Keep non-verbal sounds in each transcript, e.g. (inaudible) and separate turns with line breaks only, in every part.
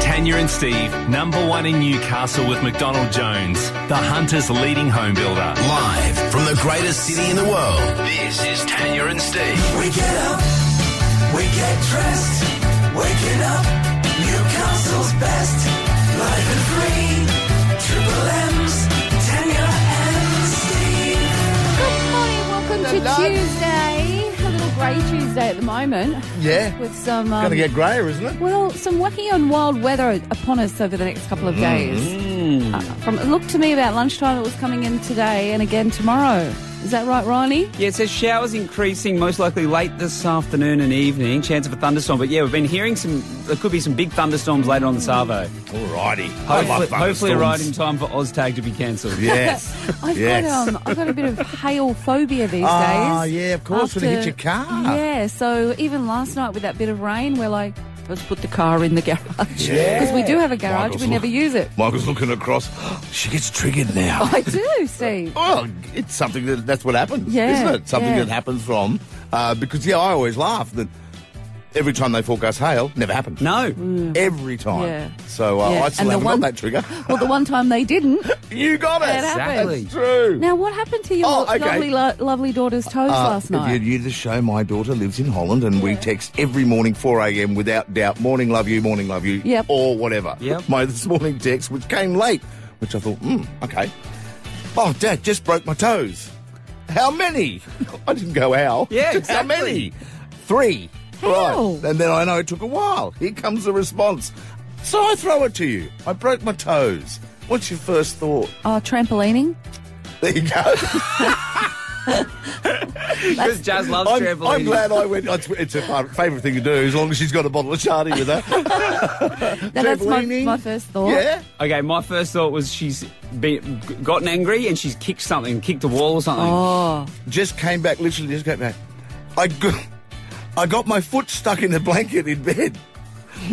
Tanya and Steve, number one in Newcastle with McDonald Jones, the Hunter's leading home builder.
Live from the greatest city in the world, this is Tanya and Steve.
We get up, we get dressed, waking up, Newcastle's best, live and free, triple M's, Tanya and Steve.
Good morning, welcome to Tuesday. A little grey Tuesday at the moment
Yeah.
with some. Um,
Gonna get grayer, isn't it?
well, some wacky and wild weather upon us over the next couple of days.
Mm-hmm.
Uh, from it looked to me about lunchtime, it was coming in today and again tomorrow. Is that right, Ronnie?
Yeah, it says showers increasing, most likely late this afternoon and evening. Chance of a thunderstorm. But yeah, we've been hearing some, there could be some big thunderstorms later on the Savo.
Alrighty.
Hopefully, hopefully right in time for OzTag to be cancelled.
(laughs) Yes.
(laughs) I've
yes.
got um, I've got a
(laughs)
bit of hail phobia these
Ah,
days.
yeah, of course, when it hit your car.
Yeah, so even last night with that bit of rain, we're like, let's put the car in the garage because we do have a garage,
Michael's
we never
look- (laughs)
use it.
Michael's looking across. (gasps) she gets triggered now.
I do, Steve.
Well, (laughs) it's something that that's what happens,
Yeah,
isn't it? Something
yeah.
that happens from uh, because yeah, I always laugh that every time they forecast hail, never happens.
No.
every time.
Mm. Yeah.
So uh,
Yeah,
I
and
still
the
haven't
one-
got that trigger.
Well, the one time they didn't.
(laughs) you got it.
That happened.
Exactly.
That's true.
Now, what happened to your
Oh, okay.
lovely, lo- lovely daughter's toes
Uh,
Oh, last night?
If you knew the show, my daughter lives in Holland, and we text every morning 4 a.m. without doubt, morning love you, morning love you,
Yep.
or whatever.
Yep.
My (laughs) this morning text, which came late, which I thought, hmm, okay. Oh, Dad, just broke my toes. How many? (laughs) I didn't go how.
Yeah,
How
exactly.
many? Three.
How?
Right. And then I know it took a while. Here comes the response. So I throw it to you. I broke my toes. What's your first thought?
Oh, trampolining.
There you go. (laughs)
Because Jazz loves
I'm,
trampolining.
I'm glad I went. It's, it's her fa- favourite thing to do, as long as she's got a bottle of shardy with her.
Now, that's my,
Trampolining.
my first thought.
yeah.
(laughs) Okay, my first thought was she's be, gotten angry and she's kicked something, kicked a wall or something.
Oh,
Just came back, literally just came back. I, go- I got my foot stuck in the blanket in bed.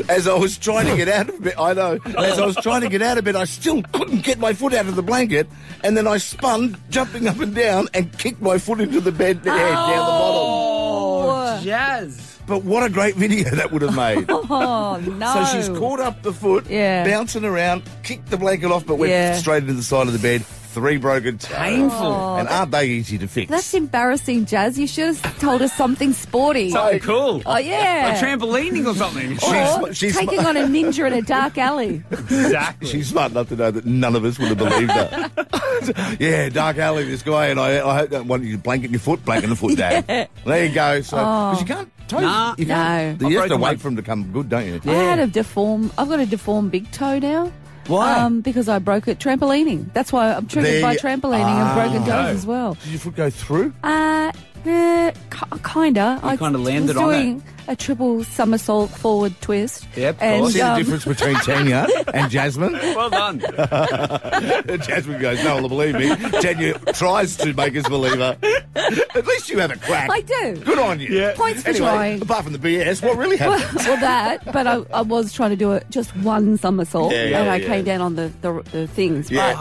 As I was trying to get out of bed, I know. As I was trying to get out of bed, I still couldn't get my foot out of the blanket, and then I spun, jumping up and down, and kicked my foot into the bed the head down the bottom. Oh,
Jazz.
But what a great video that would have made!
(laughs) oh no!
So she's caught up the foot,
Yeah.
bouncing
(laughs)
around, kicked the blanket off, but went
Yeah.
straight into the side of the bed. Three broken toes.
Painful. Oh,
and aren't they easy to fix?
That's embarrassing, Jazz. You should have told us something sporty.
Something cool.
oh
Like
yeah.
trampolining or something.
(laughs)
or
She's-
(laughs)
she's-
taking on a ninja in a
(laughs)
dark alley.
exactly.
She's smart enough to know that none of us would have believed her. yeah, dark alley, this guy, and I, I hope that one you blanket in your foot, blanket in the
(laughs)
foot, Dad. There you go.
Oh.
So, because you can't, toes,
Nah.
you can't.
No.
You
I've
have to
broken my-
wait for them to come good, don't you?
I had a deform. I've got a deformed big toe now.
Why?
Um, because I broke it trampolining. That's why I'm triggered
There
by
you- Ah.
trampolining and broken toes as well.
Did your foot go through?
Uh, eh, ki- kinda. I
kinda
was
landed on
doing a triple somersault forward twist.
Yep, of
and,
course.
See
um,
the
(laughs)
difference between Tanya and Jasmine?
well done.
(laughs) Jasmine goes, no one will believe me. Tanya tries to make us believe her. At least you have a crack.
I do.
Good on you.
Points for
anyway,
trying.
Apart from the BS, what really
well,
happened?
(laughs) well, that, but I, I was trying to do it just one somersault,
Yeah, yeah,
and I
yeah.
came down on the, the, the things.
Yeah.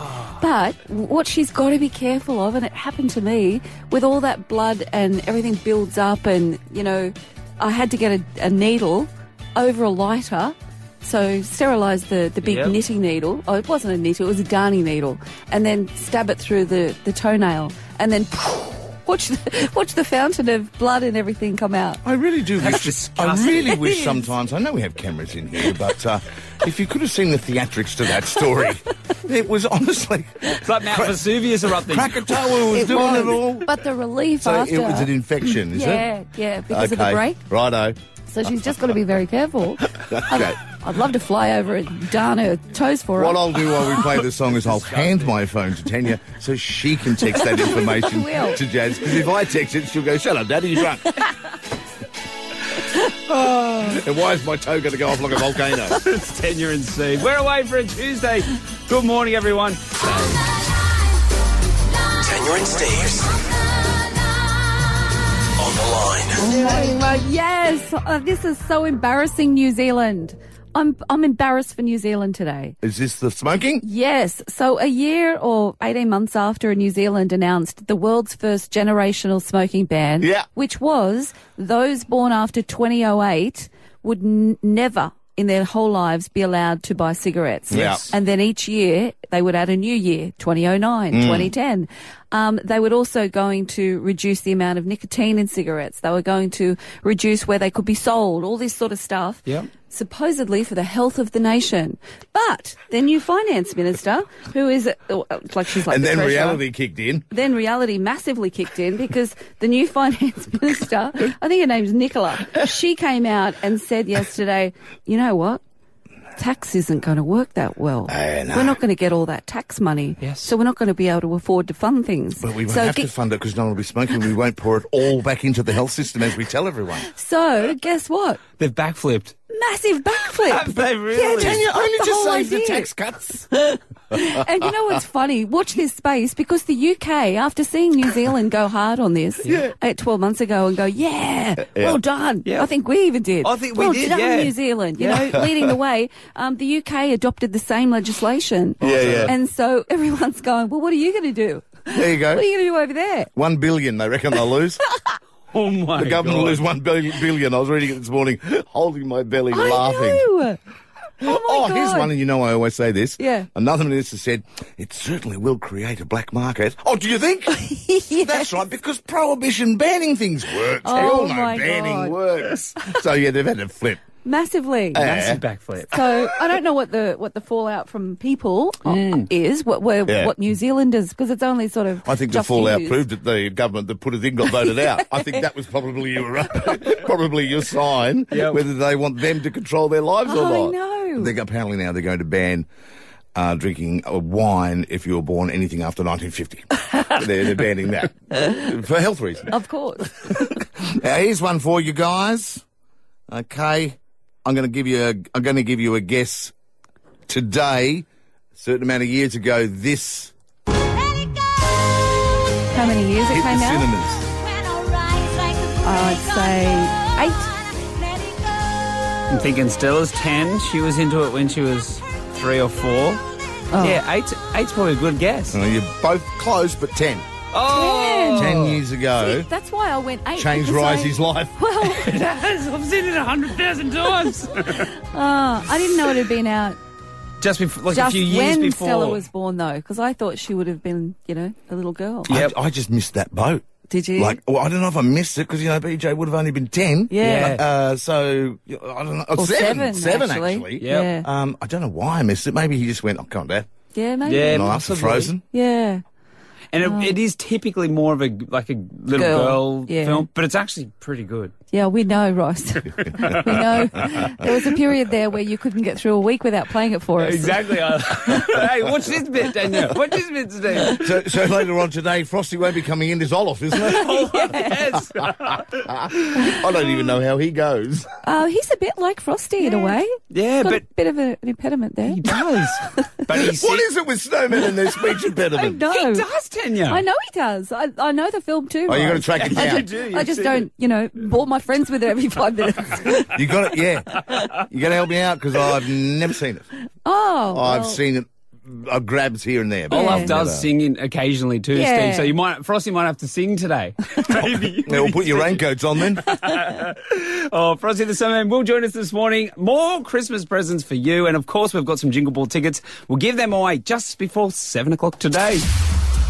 But, but what she's got to be careful of, and it happened to me, with all that blood and everything builds up, and you know, I had to get a, a needle over a lighter. So sterilise the, the big
Yep.
knitting needle. Oh, it wasn't a needle; it was a darning needle, and then stab it through the, the toenail, and then (laughs) watch the, watch the fountain of blood and everything come out.
I really do
That's
wish.
disgusting.
I really
It
(laughs)
wish
is.
sometimes. I know we have cameras in here, but uh, if you could have seen the theatrics to
(laughs)
that story, it was honestly.
It's like Mount Vesuvius erupting.
Krakatoa was doing it all.
But the relief
So
after.
it was an infection, is
yeah,
it?
yeah, because of
Okay.
the break.
Righto.
So she's just got to be very careful.
(laughs) Okay.
I'd love to fly over and darn her toes for her.
What I'll do while we
(laughs)
play the song is I'll hand my phone to Tanya so she can text
(laughs)
that information
I will.
to Jazz. Because if I text it, she'll go, shut up, Daddy, you're
(laughs)
drunk.
Oh.
(laughs) and why is my toe going to go off like a volcano?
(laughs)
(laughs)
It's Tenure and Steve. We're away for a Tuesday. Good morning, everyone.
Tanya and Steve's on the line.
Oh, yes, uh, this is so embarrassing, New Zealand. I'm I'm embarrassed for New Zealand today.
Is this the smoking?
Yes. So a year or 18 months after New Zealand announced the world's first generational smoking ban,
Yeah.
which was those born after 2008 would oh n- never in their whole lives be allowed to buy cigarettes.
Yes.
And then each year they would add a new year, 2009,
Mm.
2010. Um, they were also going to reduce the amount of nicotine in cigarettes. They were going to reduce where they could be sold, all this sort of stuff.
Yep.
Supposedly for the health of the nation. But their new finance minister, who is, oh, like she's like
and
the
then
treasurer
reality kicked in.
then reality massively kicked in because the new (laughs) finance minister, I think her name's Nicola, she came out and said yesterday, you know what? Tax isn't going to work that well.
I know.
We're not going to get all that tax money.
Yes.
So we're not going to be able to afford to fund things.
But we won't
so
have
ge-
to fund it because no one will be smoking. We won't pour it all back into the health system as we tell everyone.
so guess what?
They've backflipped.
Massive backflip.
Have they really?
Yeah,
Can you
that's the whole idea.
cuts.
(laughs) and you know what's funny? Watch this space because the UK, after seeing New Zealand go hard on this uh, 12 months ago and go, yeah,
Uh,
well done.
Yeah.
I think we even did.
I think we
well
did,
done,
yeah.
New Zealand. You
(laughs)
know, leading the way, um, the UK adopted the same legislation.
Yeah, yeah.
And so everyone's going, well, what are you going to do?
There you
What are
go.
you going to do over there?
One billion, they reckon they'll
(laughs)
lose.
Oh my
The government will
God.
lose one billion billion. I was reading it this morning, holding my belly,
I
laughing.
know. Oh, my
here's
God.
one, and you know I always say this.
Yeah.
Another minister said, it certainly will create a black market. Oh, do you think?
(laughs) Yes.
That's right, because prohibition banning things works. we
Oh,
all know
my
banning
God.
works. so, yeah, they've had a flip.
Massively.
Eh.
Massive backflip.
So I don't know what the what the fallout from people uh, is, what where,
Yeah.
what New Zealanders, because it's only sort of.
I think the
just
fallout
used.
proved that the government that put it in got voted out. I think that was probably (laughs) your probably your sign
Yep.
whether they want them to control their lives or
I
not.
know.
They, apparently now they're going to ban uh, drinking uh, wine if you were born anything after 1950. (laughs) they're, they're banning that for health reasons.
Of course.
Now, here's one for you guys. Okay, I'm going to give you a, I'm going to give you a guess today. A certain amount of years ago, this
How many years it
hit the
came out? Oh,
cinemas.
I'd say
I'm thinking Stella's 10. She was into it when she was three or four.
Oh.
Yeah, eight, eight's probably a good guess.
Well, you're both close, but ten.
Oh!
Ten years ago,
That's why I went eight.
changed
because I- (laughs)
Risey's life.
Well,
I've seen it a hundred thousand times.
uh, I didn't know it had been out
Just before, like
just
a few years
when
before.
Stella was born, though, because I thought she would have been, you know, a little girl.
Yep.
I, I just missed that boat.
Did you?
Like, well, I don't know if I missed it because you know BJ would have only been ten.
Yeah.
Yeah.
Uh, so you know, I don't know. oh,
Or
seven,
seven,
seven
actually.
Yep.
Yeah.
Um, I don't know why I missed it. Maybe he just went, "Oh, come on, Dad."
yeah, maybe.
Yeah.
And I asked for
possibly.
Frozen.
Yeah.
(laughs) and it, it is typically more of a like a little
Girl,
girl,
yeah.
film, but it's actually pretty good.
Yeah, we know, Ross. (laughs) we know. There was a period there where you couldn't get through a week without playing it for us.
Exactly. (laughs) hey, watch this bit,
(laughs)
Daniel. Watch this bit, Steve.
So, so later on today, Frosty won't be coming in as Olaf, isn't
(laughs)
it?
Oh, Yes.
(laughs) I don't even know how he goes.
Oh, he's a bit like Frosty in a way.
Yeah,
Got
but
a bit of a, an impediment there.
he does.
(laughs)
But he
what
said-
is it with snowmen and their speech
I
impediment?
know.
He does, Tanya.
I know he does. I, I know the film too.
Oh, you got to
Ross.
track it down.
You do,
I
you
just
see. Oh,
don't, you know, bore my friends with it
(laughs)
every five minutes.
You got it, yeah. You got to help me out because I've never seen it.
Oh,
I've
well,
seen it, uh, grabs here and there. but
Olaf
I've
does
never-
sing in occasionally too,
Yeah.
Steve. So you might Frosty might have to sing
(laughs)
today. Maybe.
Yeah, we'll put your raincoats on then.
(laughs) Oh, Frosty the Snowman will join us this morning. More Christmas presents for you, and of course we've got some Jingle Ball tickets. We'll give them away just before seven o'clock today.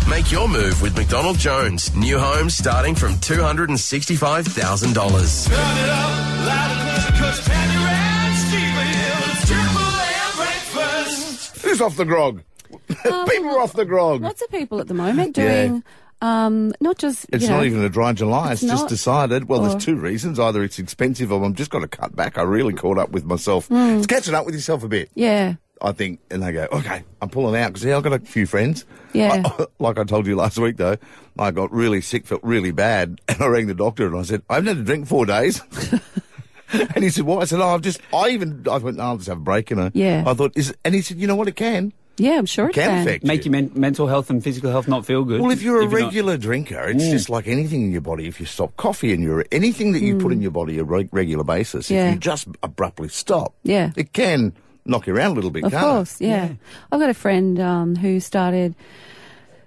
Make your move with McDonald Jones. New homes starting from $265,000.
Turn it up loud and clear, 'cause Tanya and Steve are here. It's Triple M breakfast.
Who's off the grog? (laughs) People are off the grog.
um, lots of people at the moment
Yeah.
doing, um, not just.
It's
you know,
not even a dry July. It's,
It's
just
not. Oh.
decided. Well,
Or-
there's two reasons. Either it's expensive or I've just got to cut back. I really caught up with myself.
Hmm.
It's catching up with yourself a bit,
Yeah,
I think. And they go, okay, I'm pulling out because yeah, I've got a few friends.
Yeah.
I- (coughs) like I told you last week, though, I got really sick, felt really bad. (laughs) And I rang the doctor and I said, I haven't had a drink in four days. (laughs) and he said, what? I said, oh, I've just, I even, I went, no, I'll just have a break. And I,
Yeah.
I thought, is, and he said, you know what? It can.
yeah, I'm sure it
Can
can.
affect
Make
you.
your men- mental health and physical health not feel good.
Well, if you're a
not- Mm.
regular drinker, it's just like anything in your body. If you stop coffee and you're anything that you put in your body a re- regular basis,
Mm. Yeah.
if you just abruptly stop,
Yeah.
it can knock you around a little bit.
Of
can't
course,
it?
yeah. I've got a friend um, who started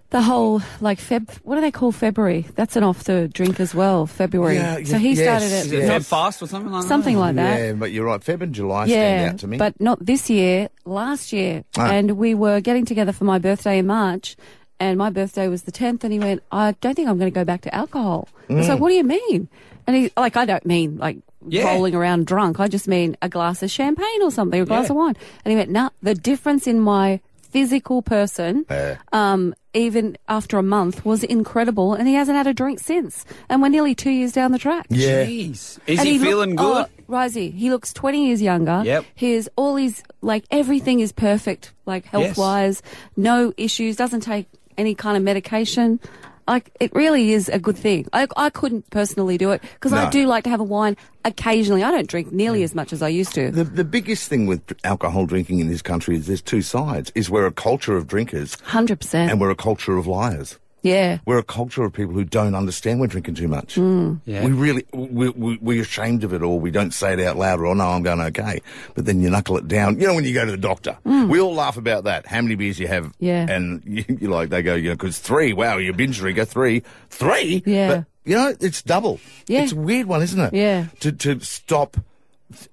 the whole like Feb. What do they call February? That's an off the drink as well. February.
Yeah, yeah,
so he
yes,
started it.
yeah.
Feb
Yes.
fast or something like
Something
that.
like that.
Yeah, but you're right. Feb and July stand out to me.
But not this year, last year.
Ah.
And we were getting together for my birthday in March. And my birthday was the 10th. And he went, I don't think I'm going to go back to alcohol. I
Mm.
was like, what do you mean? And he, like, I don't mean like
Yeah.
rolling around drunk. I just mean a glass of champagne or something, a glass
Yeah.
of wine. And he went, nah, the difference in my physical person, um, even after a month was incredible. And he hasn't had a drink since. And we're nearly two years down the track.
yeah.
Jeez. Is
And
he,
look-
feeling good?
Oh, Risey, he looks 20 years younger.
Yep.
His, all his, like, everything is perfect, like, health wise, no issues, doesn't take any kind of medication. Like, it really is a good thing. I, I couldn't personally do it because I
No. Mm.
do like to have a wine occasionally. I don't drink nearly as much as I used to.
The, the biggest thing with dr- alcohol drinking in this country is there's two sides. Is we're a culture of drinkers
100%.
and we're a culture of liars.
yeah.
We're a culture of people who don't understand we're drinking too much.
Hmm.
We really, we, we, we're ashamed of it or we don't say it out loud or, oh, no, I'm going okay. But then you knuckle it down. You know, when you go to the doctor, we all laugh about that. How many beers you have?
Hmm. Yeah.
And (laughs) you, you like, they go, yeah, because three. Wow, you're a binge drinker. Three. Three?
Yeah.
But, you know, it's double.
Yeah.
It's a weird one, isn't it?
Yeah.
To, to stop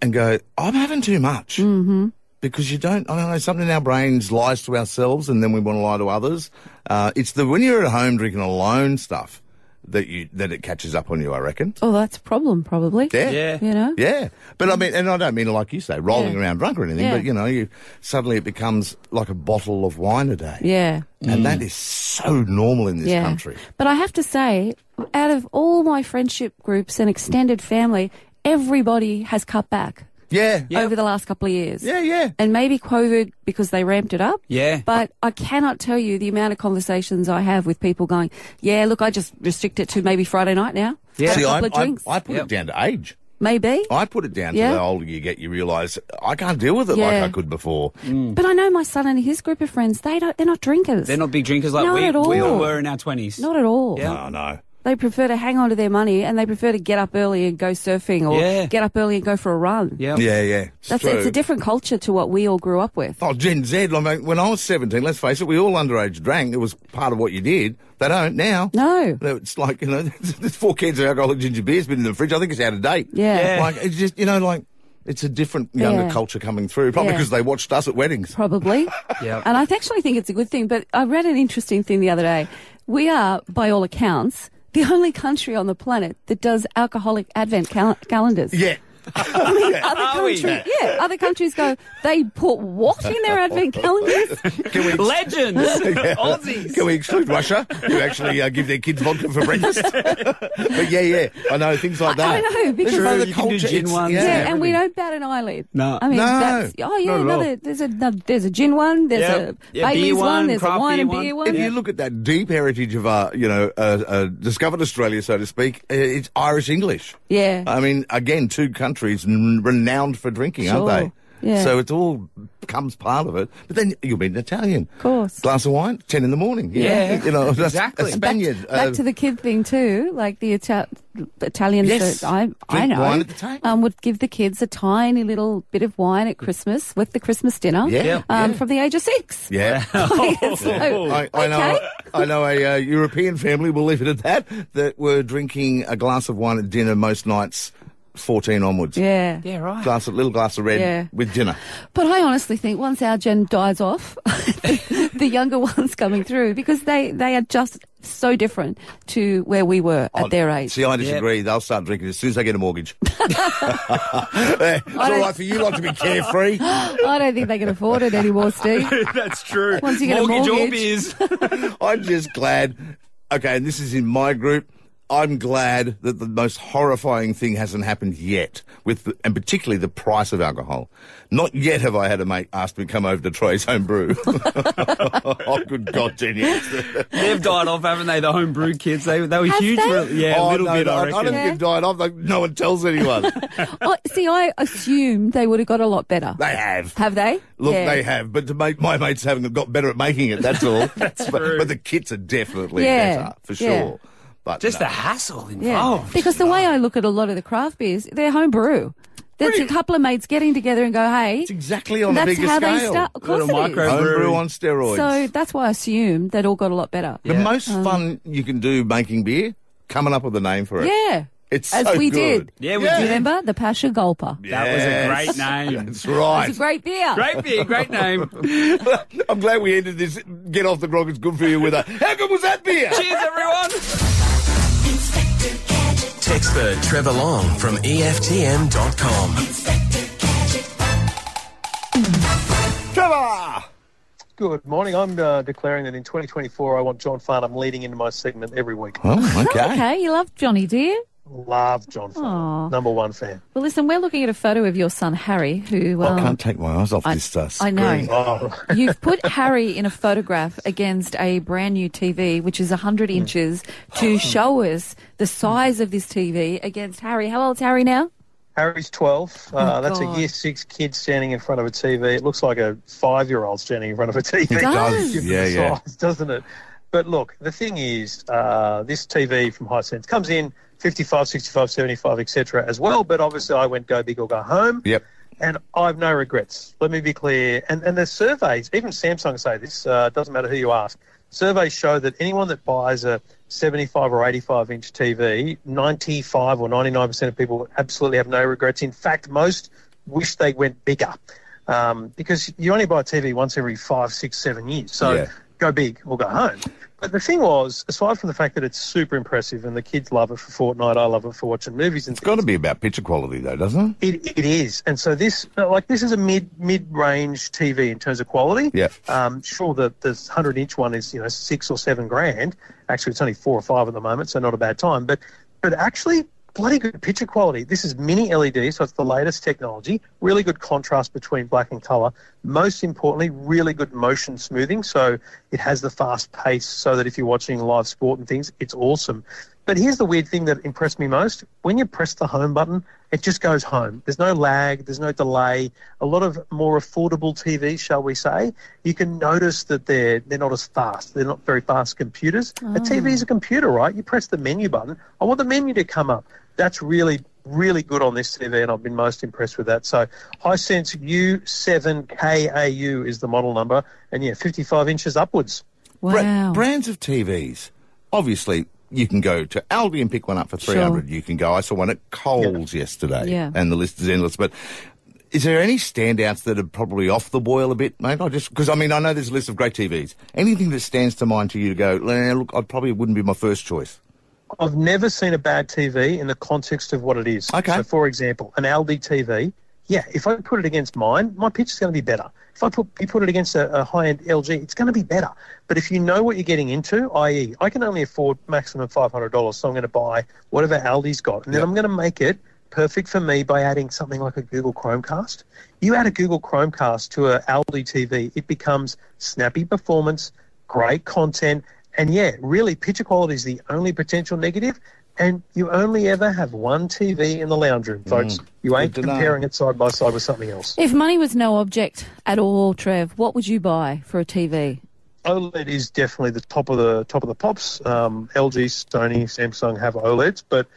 and go, I'm having too much. Mm-hmm. Because you don't, I don't know, something in our brains lies to ourselves and then we want to lie to others. Uh, it's the, when you're at home drinking alone stuff that you, that it catches up on you, I reckon.
Oh, that's a problem, probably.
Yeah.
Yeah.
You know? Mm.
Yeah. But I mean, and I don't mean like you say, rolling
Yeah.
around drunk or anything,
Yeah.
but you know, you, suddenly it becomes like a bottle of wine a day.
Yeah.
And
Mm.
that is so normal in this country.
But I have to say, out of all my friendship groups and extended family, everybody has cut back
Yeah.
over the last couple of years.
Yeah, yeah.
And maybe COVID because they ramped it up.
Yeah.
But I cannot tell you the amount of conversations I have with people going, yeah, look, I just restrict it to maybe Friday night now.
Yeah.
Have
See,
a
I,
couple of
I,
drinks.
I put
Yep.
it down to age.
maybe.
I put it down
Yeah.
to the older you get, you realise I can't deal with it like
Yeah.
I could before.
but I know my son and his group of friends, they don't, they're not drinkers.
They're not big drinkers like
Not
we,
at all.
we all were in our 20s.
Not at all.
Yeah.
Oh no.
They prefer to hang on to their money and they prefer to get up early and go surfing or
Yeah.
get up early and go for a run.
Yeah.
Yeah, yeah. It's
That's it's
true.
a different culture to what we all grew up with.
Oh, Gen Z. I mean, when I was 17, let's face it, we all underage drank. It was part of what you did. They don't now.
No.
It's like, you know, (laughs) there's four cans of alcoholic ginger beer's been in the fridge. I think it's out of date.
Yeah.
Yeah.
Like, it's just, you know, like, it's a different younger
Yeah.
culture coming through, probably
Yeah.
because they watched us at weddings.
Probably.
Yep.
And I th- actually think it's a good thing, but I read an interesting thing the other day. We are, by all accounts, the only country on the planet that does alcoholic advent cal-
(laughs)
calendars.
Yeah. (laughs)
Other
Are we?
countries, yeah, other countries go, they put what in
(laughs)
their advent calendars?
Can we, (laughs)
Legends! Aussies!
can we exclude Russia? You actually uh, give their kids vodka
(laughs)
for breakfast? but yeah, yeah. I know, things like that.
I know, because-
There's another
You can do
culture,
gin
it's-
ones.
Yeah,
Yeah,
and we
everything.
don't bat an eyelid.
No.
I mean,
No,
that's, oh yeah,
not at
another,
all.
there's a no, there's a gin one, there's
Yep.
a
Yeah, beer
Bailey's one,
one,
there's a
craft
wine
beer
and
one.
beer
If
one.
you look at that deep heritage of our, you know, uh, uh, discovered Australia, so to speak, uh, it's Irish English.
Yeah.
I mean, again, two countries n- renowned for drinking, aren't
Sure.
they?
Yeah.
So it all comes part of it. But then you'll be an Italian. Of
course.
Glass of wine, 10 in the morning. you know?
Yeah.
You know, that's
Exactly.
A
And
back,
Spaniard. uh,
back to the kid thing too, like the Ita- Italians
Yes.
that I I
Drink
know
wine at the table.
um, would give the kids a tiny little bit of wine at Christmas with the Christmas dinner
Yeah, Yeah.
Um,
yeah.
from the age of six.
yeah.
(laughs) So,
I, I know,
Oh, okay.
I know a uh, European family, we'll leave it at that, that were drinking a glass of wine at dinner most nights, 14 onwards.
Yeah.
Yeah, right.
Glass of, little glass of red
Yeah.
with dinner.
But I honestly think once our gen dies off, (laughs) the younger ones coming through because they, they are just so different to where we were at
Oh,
their age.
See, I disagree. They'll start drinking as soon as they get a mortgage. (laughs) it's all right for you lot to be carefree.
(gasps) I don't think they can afford it
(laughs)
anymore, Steve.
That's true.
Once you get a
mortgage or
mortgage.
beers.
(laughs)
I'm just glad. Okay, and this is in my group. I'm glad that the most horrifying thing hasn't happened yet, with the, and particularly the price of alcohol. Not yet have I had a mate ask me to come over to Troy's home brew. (laughs) oh, good God, Jenny!
They've died off, haven't they? The homebrew kids. They, they were
Have
huge.
they?
really- yeah, a
Oh,
little
no,
bit,
no,
I
I don't
reckon.
think
Yeah.
they've died off. Like, no one tells anyone.
I, see, I assumed they would have got a lot better.
they have.
Have they?
Look,
Yeah.
they have, but to make, my mates haven't got better at making it.
(laughs)
That's all. that's but, but the kits are definitely
Yeah,
better for
yeah.
sure. But
Just
no.
the hassle
Yeah.
involved.
Oh.
Because the way I look at a lot of the craft beers, they're home brew. That's a couple of mates getting together and go, hey.
It's exactly on
that's
a bigger
how
scale.
they start. Of course
Little
it is.
micro-
Homebrew
Brewery.
on steroids.
So that's why I assumed that all got a lot better.
the most
Um,
fun you can do making beer, coming up with a name for it.
Yeah.
It's
As
so
we
good.
did.
Yeah, we
Do you
did.
remember? The Pasha Gulper.
That was a great name.
(laughs) That's right.
It's a great beer.
Great beer, great name.
I'm glad we ended this. Get off the grog. It's good for you. With a how good was that (laughs) beer?
Cheers, everyone.
Inspector Gadget.
Text the Trevor Long from E EFTM.com.
Inspector Gadget.
Trevor.
Good morning. I'm uh, declaring that in 2024, I want John Farnham leading into my segment every week.
Oh,
Okay. you love Johnny, do you?
(laughs) Love John Farnham. Number one fan.
Well, listen, we're looking at a photo of your son Harry, who
I
um,
can't take my eyes off
I,
this uh,
I
screen.
know
Oh,
you've put Harry in a photograph against a brand new TV, which is hundred
Hmm.
inches, to show us the size of this TV against Harry. How old's Harry now?
Harry's 12. Uh,
Oh,
that's a
God.
year six kid standing in front of a TV. It looks like a five year old standing in front of a TV.
does.
does.
Given
Yeah,
the
yeah.
size, doesn't it? But look, the thing is, uh, this TV from Hisense comes in 55, 65, 75, etc. as well. But obviously, I went go big or go home.
Yep.
And I've no regrets. Let me be clear. And and the surveys, even Samsung say this. Uh, it doesn't matter who you ask. Surveys show that anyone that buys a 75 or 85 inch TV, 95 or 99 percent of people absolutely have no regrets. In fact, most wish they went bigger, um, because you only buy a TV once every five, six, seven years. So
Yeah.
go big or go home. But the thing was, aside from the fact that it's super impressive and the kids love it for Fortnite, I love it for watching movies and
It's got to be about picture quality, though, doesn't it?
it, it is, and so this like this is a mid mid range TV in terms of quality.
Yeah.
Um, sure, the the hundred inch one is you know six or seven grand. Actually, it's only four or five at the moment, so not a bad time. But but actually, bloody good picture quality. This is mini LED, so it's the latest technology. Really good contrast between black and color. Most importantly, really good motion smoothing. So it has the fast pace, so that if you're watching live sport and things, it's awesome. But here's the weird thing that impressed me most. When you press the home button, it just goes home. There's no lag, there's no delay. A lot of more affordable TV, shall we say, you can notice that they're they're not as fast. They're not very fast computers. A TV is a computer, right? You press the menu button. I want the menu to come up. That's really really good on this TV, and I've been most impressed with that. So Hisense U7KAU is the model number, and yeah, 55 inches upwards.
Bra-
Wow.
brands of TVs. Obviously, you can go to Aldi and pick one up for
Sure.
300. You can go, I saw one at Coles yesterday.
Yeah.
And the list is endless. But is there any standouts that are probably off the boil a bit, mate? I just, because I mean, I know there's a list of great TVs. Anything that stands to mind to you to go, "Nah, look, I probably wouldn't be my first
(laughs)
choice.
I've never seen a bad TV in the context of what it is.
Okay.
So, for example, an Aldi TV, yeah, if I put it against mine, my picture's going to be better. If I put you put it against a, a high end LG, it's going to be better. But if you know what you're getting into, i.e., I can only afford maximum five hundred dollars, so I'm going to buy whatever Aldi's got, and then I'm going to make it perfect for me by adding something like a Google Chromecast. You add a Google Chromecast to a Aldi TV, it becomes snappy performance, great content, and yeah, really, picture quality is the only potential negative, and you only ever have one TV in the lounge room, folks. You ain't
Mm. Good to know.
comparing it side by side with something else.
If money was no object at all, Trev, what would you buy for a TV?
OLED E is definitely the top of the top of the pops. Um, LG, Sony, Samsung have OLEDs, but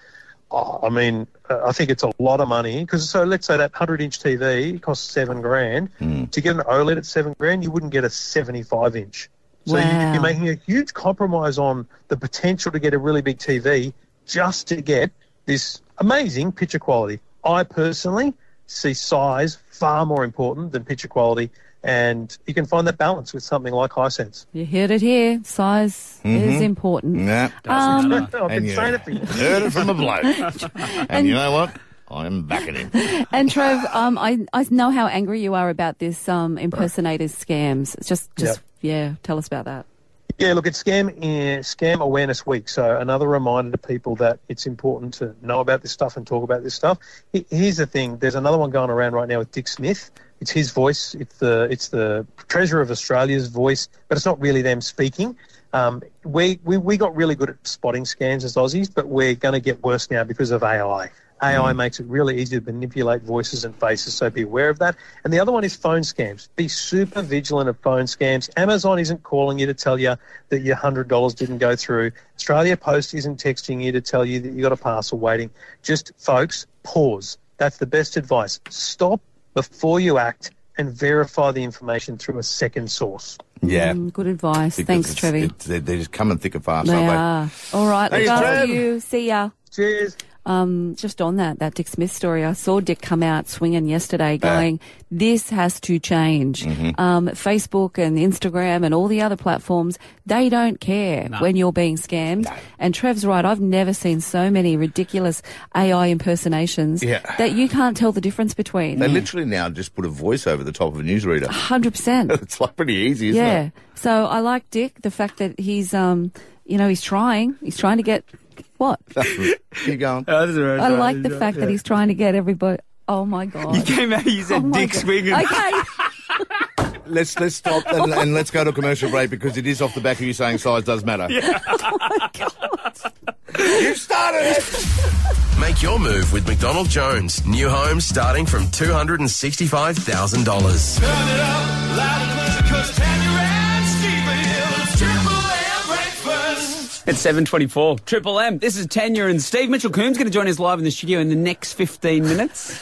oh, I mean, uh, I think it's a lot of money because so let's say that 100-inch TV costs seven grand. To get an OLED at seven grand, you wouldn't get a 75-inch. So
(laughs)
you-
Wow.
you're making a huge compromise on the potential to get a really big TV just to get this amazing picture quality. I personally see size far more important than picture quality, and you can find that balance with something like Hisense.
You heard it here. Size
Mm-hmm.
is important.
Nah.
Um,
(laughs) I've been
you
saying it for years.
Heard it from a bloke. and, you know what? I'm backing him.
(laughs) And Trev, um, I I know how angry you are about this um, impersonators scams. It's just just yeah, tell us about that.
Yeah, look, it's scam eh, scam awareness week, so another reminder to people that it's important to know about this stuff and talk about this stuff. He- Here's the thing: there's another one going around right now with Dick Smith. It's his voice. It's the it's the Treasurer of Australia's voice, but it's not really them speaking. Um, we, we we got really good at spotting scams as Aussies, but we're going to get worse now because of AI. AI makes it really easy to manipulate voices and faces, so be aware of that. And the other one is phone scams. Be super vigilant of phone scams. Amazon isn't calling you to tell you that your $100 didn't go through. Australia Post isn't texting you to tell you that you got a parcel waiting. Just, folks, pause. That's the best advice. Stop before you act and verify the information through a second source.
Yeah.
Mm, good advice.
Because
Thanks,
it's-
Trevi.
it's- they, they just come and thick and fast,
They
aren't they?
are. All right.
Thanks,
look after
Trev.
you. See ya.
Cheers.
Um, just on that, that Dick Smith story, I saw Dick come out swinging yesterday going, this has to change.
Mm-hmm.
Um, Facebook and Instagram and all the other platforms, they don't care when you're being scammed. And Trev's right. I've never seen so many ridiculous AI impersonations
Yeah.
that you can't tell the difference between.
They literally now just put a voice over the top of a newsreader. (laughs)
100%.
it's like pretty easy, isn't (laughs)
yeah.
it?
So I like Dick, the fact that he's, um, you know, he's trying. He's trying to get what?
Keep going.
I like the fact that he's trying to get everybody. Oh
(laughs)
my God.
You came out, you said
Oh my
dick
God.
swinging.
Okay.
let's let's stop and, and let's go to a commercial break because it is off the back of you saying size does matter.
You started it.
Make your move with McDonald Jones. New homes starting from $265,000.
Turn it up loud and clear, 'cause Tangerine Steel is Triple M breakfast.
It's 7.24. Triple M. This is Tanya and Steve. Mitchell Coombs going to join us live in the studio in the next 15 minutes.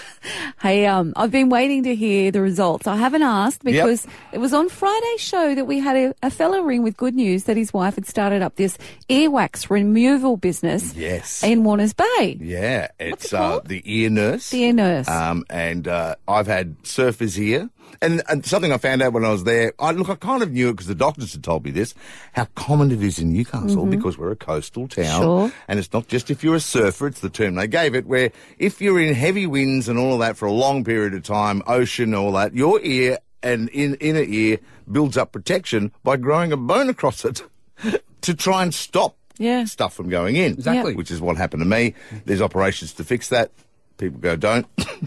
Hey, um, I've been waiting to hear the results. I haven't asked because it was on Friday's show that we had a, a fellow ring with good news that his wife had started up this earwax removal business
Yes.
in Warners Bay.
Yeah, it's
it
uh,
called?
the ear nurse.
The ear nurse.
Um, and uh, I've had surfers here, and, and something I found out when I was there. I look, I kind of knew it because the doctors had told me this. How common it is in Newcastle
Mm-hmm.
because we're a coastal town,
Sure.
and it's not just if you're a surfer. It's the term they gave it, where if you're in heavy winds and all of that for a long period of time, ocean, all that, your ear and in, inner ear builds up protection by growing a bone across it (laughs) to try and stop.
Yeah.
Stuff from going in
Exactly.
which is what happened to me. There's operations to fix that. People go, don't.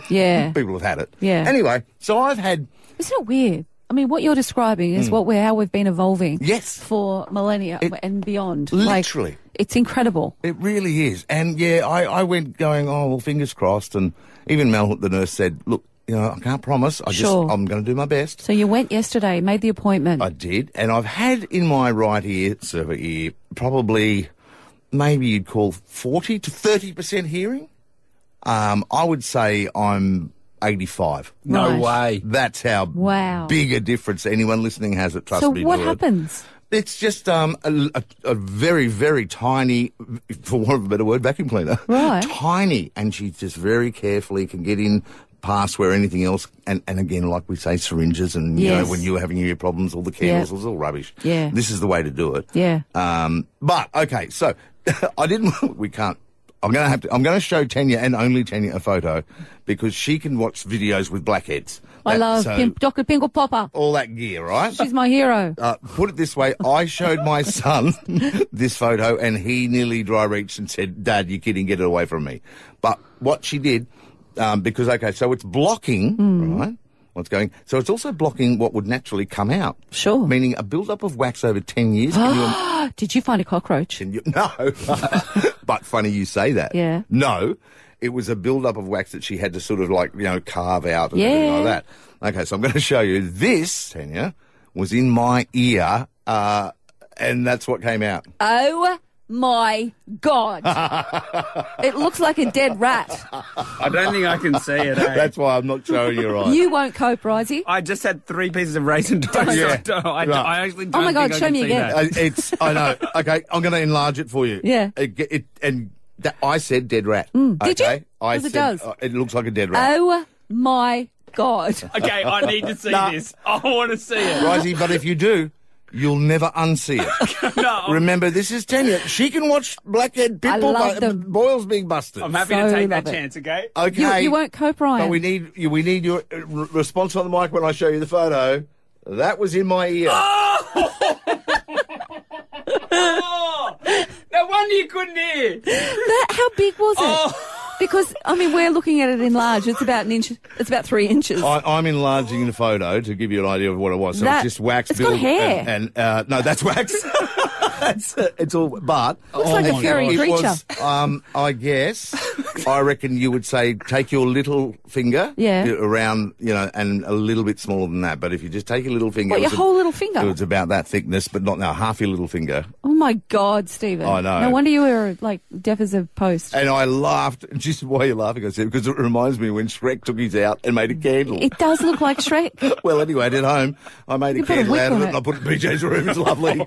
Yeah.
(laughs) People have had it.
Yeah.
Anyway, so I've had.
Isn't it weird? I mean, what you're describing is what we're, how we've been evolving
Hmm. Yes.
for millennia and beyond.
Literally.
Like, it's incredible.
It really is. And yeah, I, I went going, oh, well, fingers crossed. And even Mel, the nurse, said, look, you know, I can't promise. I
Sure.
just, I'm going to do my best.
So you went yesterday, made the appointment.
I did. And I've had in my right ear, server ear, probably maybe you'd call 40 to 30% hearing. Um, I would say I'm 85.
No
Right.
way.
That's how
Wow.
big a difference anyone listening has it. Trust
so
me.
what
to it.
happens?
It's just um, a, a- a very, very tiny, for want of a better word, vacuum cleaner. (laughs)
Right.
Tiny, and she just very carefully can get in past where anything else. And, and again, like we say, syringes, and you
Yes.
know, when you were having ear problems, all the candles, it was all rubbish.
Yeah.
This is the way to do it.
Yeah.
Um, but okay, so (laughs) I didn't. (laughs) We can't. I'm gonna have to. I'm gonna show Tanya and only Tanya a photo because she can watch videos with blackheads.
I
That-
love
so
Pim- Dr. Pinkle Popper.
all that gear, right?
She's
(gasps)
my hero.
Uh, put it this way, I showed my (laughs) son this photo and he nearly dry reached and said, Dad, you're kidding, get it away from me. But what she did, um, because, okay, so it's blocking, right? What's going? So it's also blocking what would naturally come out.
Sure.
Meaning a build-up of wax over 10 years. Can (gasps)
(gasps)
you im-
Did you find a cockroach?
can you- no. (laughs) but funny you say that.
Yeah.
No. It was a build-up of wax that she had to sort of like, you know, carve out and everything like
Yeah.
that. Okay, so I'm going to show you. This, Tanya, was in my ear, uh, and that's what came out.
Oh my god! it looks like a dead rat.
I don't think I can see
(laughs)
it, eh?
That's why I'm not showing you (laughs) right.
You won't cope, Risey.
(laughs) I just had three pieces of raisin toast. (laughs)
Yeah.
I, don't, I, don't- I actually don't
Oh my God,
think I
show
can
me
see
again.
that.
Uh, it's, I know. Okay, I'm going to enlarge it for you.
Yeah. Mm.
It, ge- it, and that, I said dead rat.
Did you?
okay? I
Because it
said-
does.
uh, it looks like a dead rat.
Oh my god!
(laughs) Okay, I need to see this. I want to see it.
Risey, but if you do, you'll never unsee
(laughs)
it. Remember, this is Tanya. She can watch Blackhead Pitbull
love
bu-
them.
Boyle's being busted.
I'm happy
So
to take that
love it.
chance, okay?
okay,
You- you won't cope, Ryan.
But we need you- we need your uh, r- response on the mic when I show you the photo. That was in my ear.
Oh, no wonder you couldn't hear.
That- how big was it?
Oh.
Because I mean, we're looking at it in large. It's about an inch. It's about three inches.
I, I'm enlarging the photo to give you an idea of what it was. So
That-
it's just wax
it's got
build
hair.
and, and, uh, no, that's wax. (laughs) that's uh, it's all. But looks
like a furry creature.
um, I guess I reckon you would say take your little finger,
Yeah.
y- around you know, and a little bit smaller than that. But if you just take your little finger,
What,
it
your
was a-
whole little finger?
it was about that thickness, but not now half your little finger.
Oh, my God, Stephen.
I know.
No wonder you were like deaf as a post.
And I laughed. (laughs) And she said, Why are you laughing? I said, Because it reminds me when Shrek took his out and made a candle.
It does
(laughs)
look like Shrek.
well, anyway, at home, I made
You
a
put a
candle
wick
out of
on
it,
it.
and I put it in PJ's room. It's
(laughs)
lovely.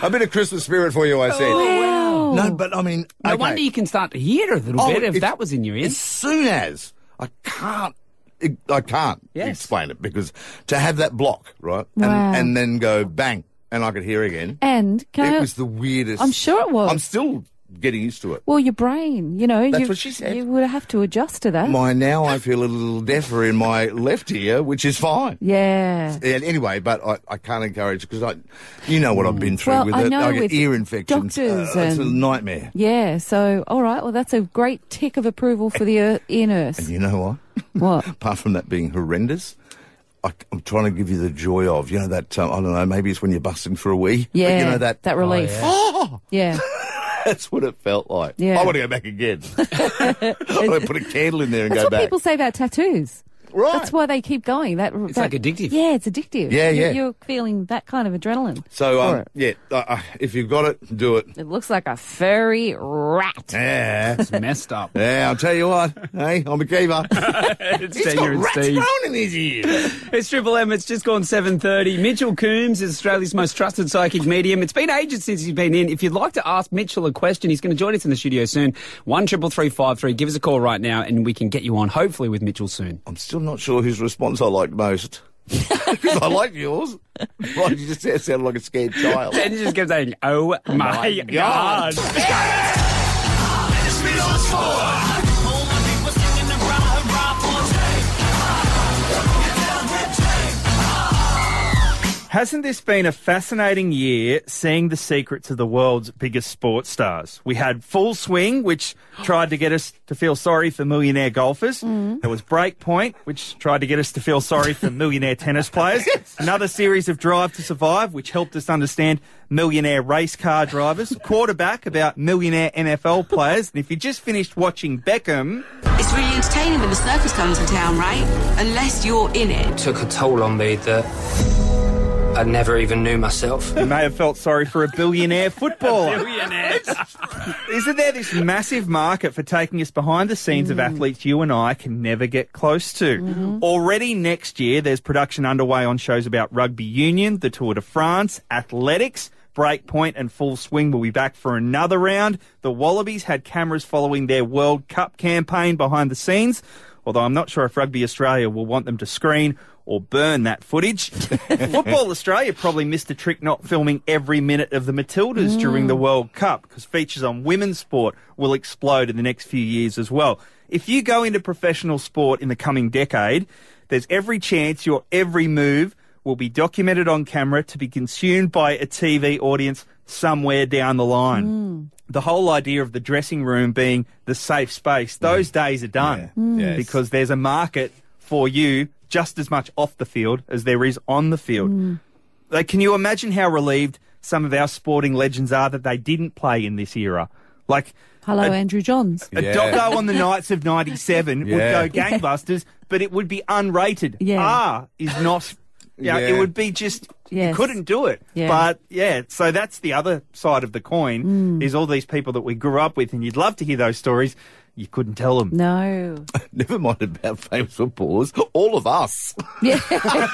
a bit of Christmas spirit for you, I said.
Oh, wow.
No, but I mean,
No
okay.
wonder you can start to hear a little
Oh,
bit if
it's-
that was in your
As
ears.
soon as I can't, e-, I can't
Yes.
explain it because to have that block right
Wow.
and, and then go bang and I could hear again.
And can
it
I,
was the weirdest.
I'm sure it was.
I'm still getting used to it.
well, your brain, you know,
That's
you,
what she said.
you would have to adjust to that.
My now I feel a little deafer in my left ear, which is fine.
yeah.
And anyway, but I, I can't encourage because I, you know what I've been through
Well,
with
I
it.
know
I get
with
ear infections. Uh,
doctors
it's a
and-
nightmare.
Yeah. So, all right. Well, that's a great tick of approval for the ear, ear nurse.
You know what?
(laughs)
(laughs)
What?
apart from that being horrendous, I, am trying to give you the joy of, you know, that, um, I don't know, maybe it's when you're busting for a wee. but
Yeah.
You know, that, Oh,
that relief.
Oh,
(laughs)
yeah.
that's what it felt like.
Yeah.
I want to go back
(laughs)
again. I want to put a candle in there and
That's
go
what
back.
people say about tattoos.
Right.
That's why they keep going. That it's
like addictive.
Yeah, it's addictive.
Yeah,
You-
yeah.
You're feeling that kind of adrenaline.
so, um,
for it.
yeah, uh, uh, if you've got it, do it.
it looks like a furry rat.
Yeah.
Messed up.
(laughs) Yeah, I'll tell you what. Hey, I'm a keeper.
(laughs) It's
He's got
Daniel and
rats
Steve.
thrown in his ear.
(laughs) It's Triple M. It's just gone 7.30. Mitchell Coombs is Australia's most trusted psychic medium. It's been ages since he's been in. If you'd like to ask Mitchell a question, he's going to join us in the studio soon. One triple three five three. Give us a call right now and we can get you on, hopefully, with Mitchell soon.
I'm still not sure whose response I liked most. Because I like
(laughs)
yours. Why you just sound like a scared child?
And he just kept saying,
(laughs)
oh my God.
God.
Hasn't this been a fascinating year seeing the secrets of the world's biggest sports stars? We had Full Swing, which tried to get us to feel sorry for millionaire golfers. There was Breakpoint, which tried to get us to feel sorry for millionaire tennis players. Another series of Drive to Survive, which helped us understand millionaire race car drivers. Quarterback, about millionaire NFL players. And if you just finished watching Beckham,
It's really entertaining when the circus comes to town, right? Unless you're in it.
Took a toll on me that I never even knew myself.
you may have felt sorry for a
(laughs)
billionaire footballer. Isn't there this massive market for taking us behind the scenes of athletes you and I can never get close to? Already next year, there's production underway on shows about rugby union, the Tour de France, athletics. Breakpoint and Full Swing will be back for another round. The Wallabies had cameras following their World Cup campaign behind the scenes, although I'm not sure if Rugby Australia will want them to screen or burn that footage. (laughs) Football Australia probably missed the trick not filming every minute of the Matildas during the World Cup because features on women's sport will explode in the next few years as well. If you go into professional sport in the coming decade, there's every chance your every move will be documented on camera to be consumed by a TV audience somewhere down the line. The whole idea of the dressing room being the safe space, those days are done
Yes.
because there's a market for you just as much off the field as there is on the field. Like, can you imagine how relieved some of our sporting legends are that they didn't play in this era? Like,
Hello,
a,
Andrew Johns.
a
Yeah.
doco on the Knights of 97
Yeah.
would go gangbusters, but it would be unrated.
Yeah.
R is not. Yeah,
Yeah.
it would be just
Yes.
you couldn't do it.
Yeah.
But yeah, so that's the other side of the coin
Hmm.
is all these people that we grew up with, and you'd love to hear those stories. You couldn't tell them.
No.
(laughs) Never mind about famous footballers. All of us.
Yeah.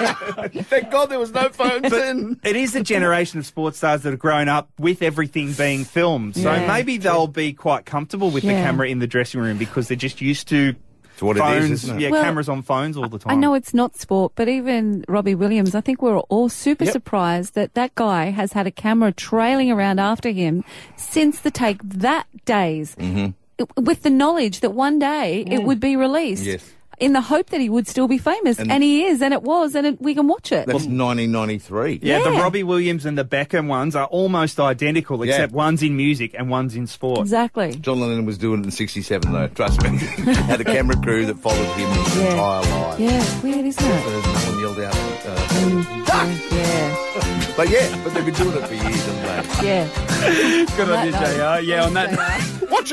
Thank God there was no phones in.
It is a generation of sports stars that have grown up with everything being filmed. So
Yeah.
maybe they'll be quite comfortable with
Yeah.
the camera in the dressing room because they're just used to
It's what it
phones.
is, isn't it?
Yeah,
Well,
cameras on phones all the time.
I know it's not sport, but even Robbie Williams, I think we're all super
Yep.
surprised that that guy has had a camera trailing around after him since the take that days,
Mm.
Mm-hmm.
It- with the knowledge that one day it would be released.
Yes.
In the hope that he would still be famous, and,
And-
he is, and it was, and it, we can watch it.
That's 1993.
Yeah, the
Yeah.
Robbie Williams and the Beckham ones are almost identical,
Yeah.
except one's in music and one's in sport.
Exactly.
John Lennon was doing it in 67, though. Trust me. (laughs) Had a camera crew that followed him his
Yeah.
entire life.
Yeah, it's weird, isn't it?
Uh, Someone yelled out. uh,
Yeah, yeah.
but yeah, but they've been doing it for years and that.
yeah.
Good on you, JR. Yeah, on that.
Watch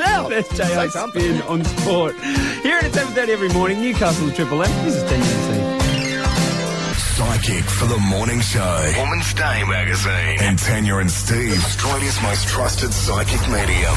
(laughs)
out!
That's
Say
JR
something.
Spin on sport. Here at 7.30 every morning, Newcastle Triple M. This is Daniel and Steve.
sidekick
Psychic
for the morning show. Woman's Day magazine. And Tanya and Steve, Australia's most trusted psychic medium,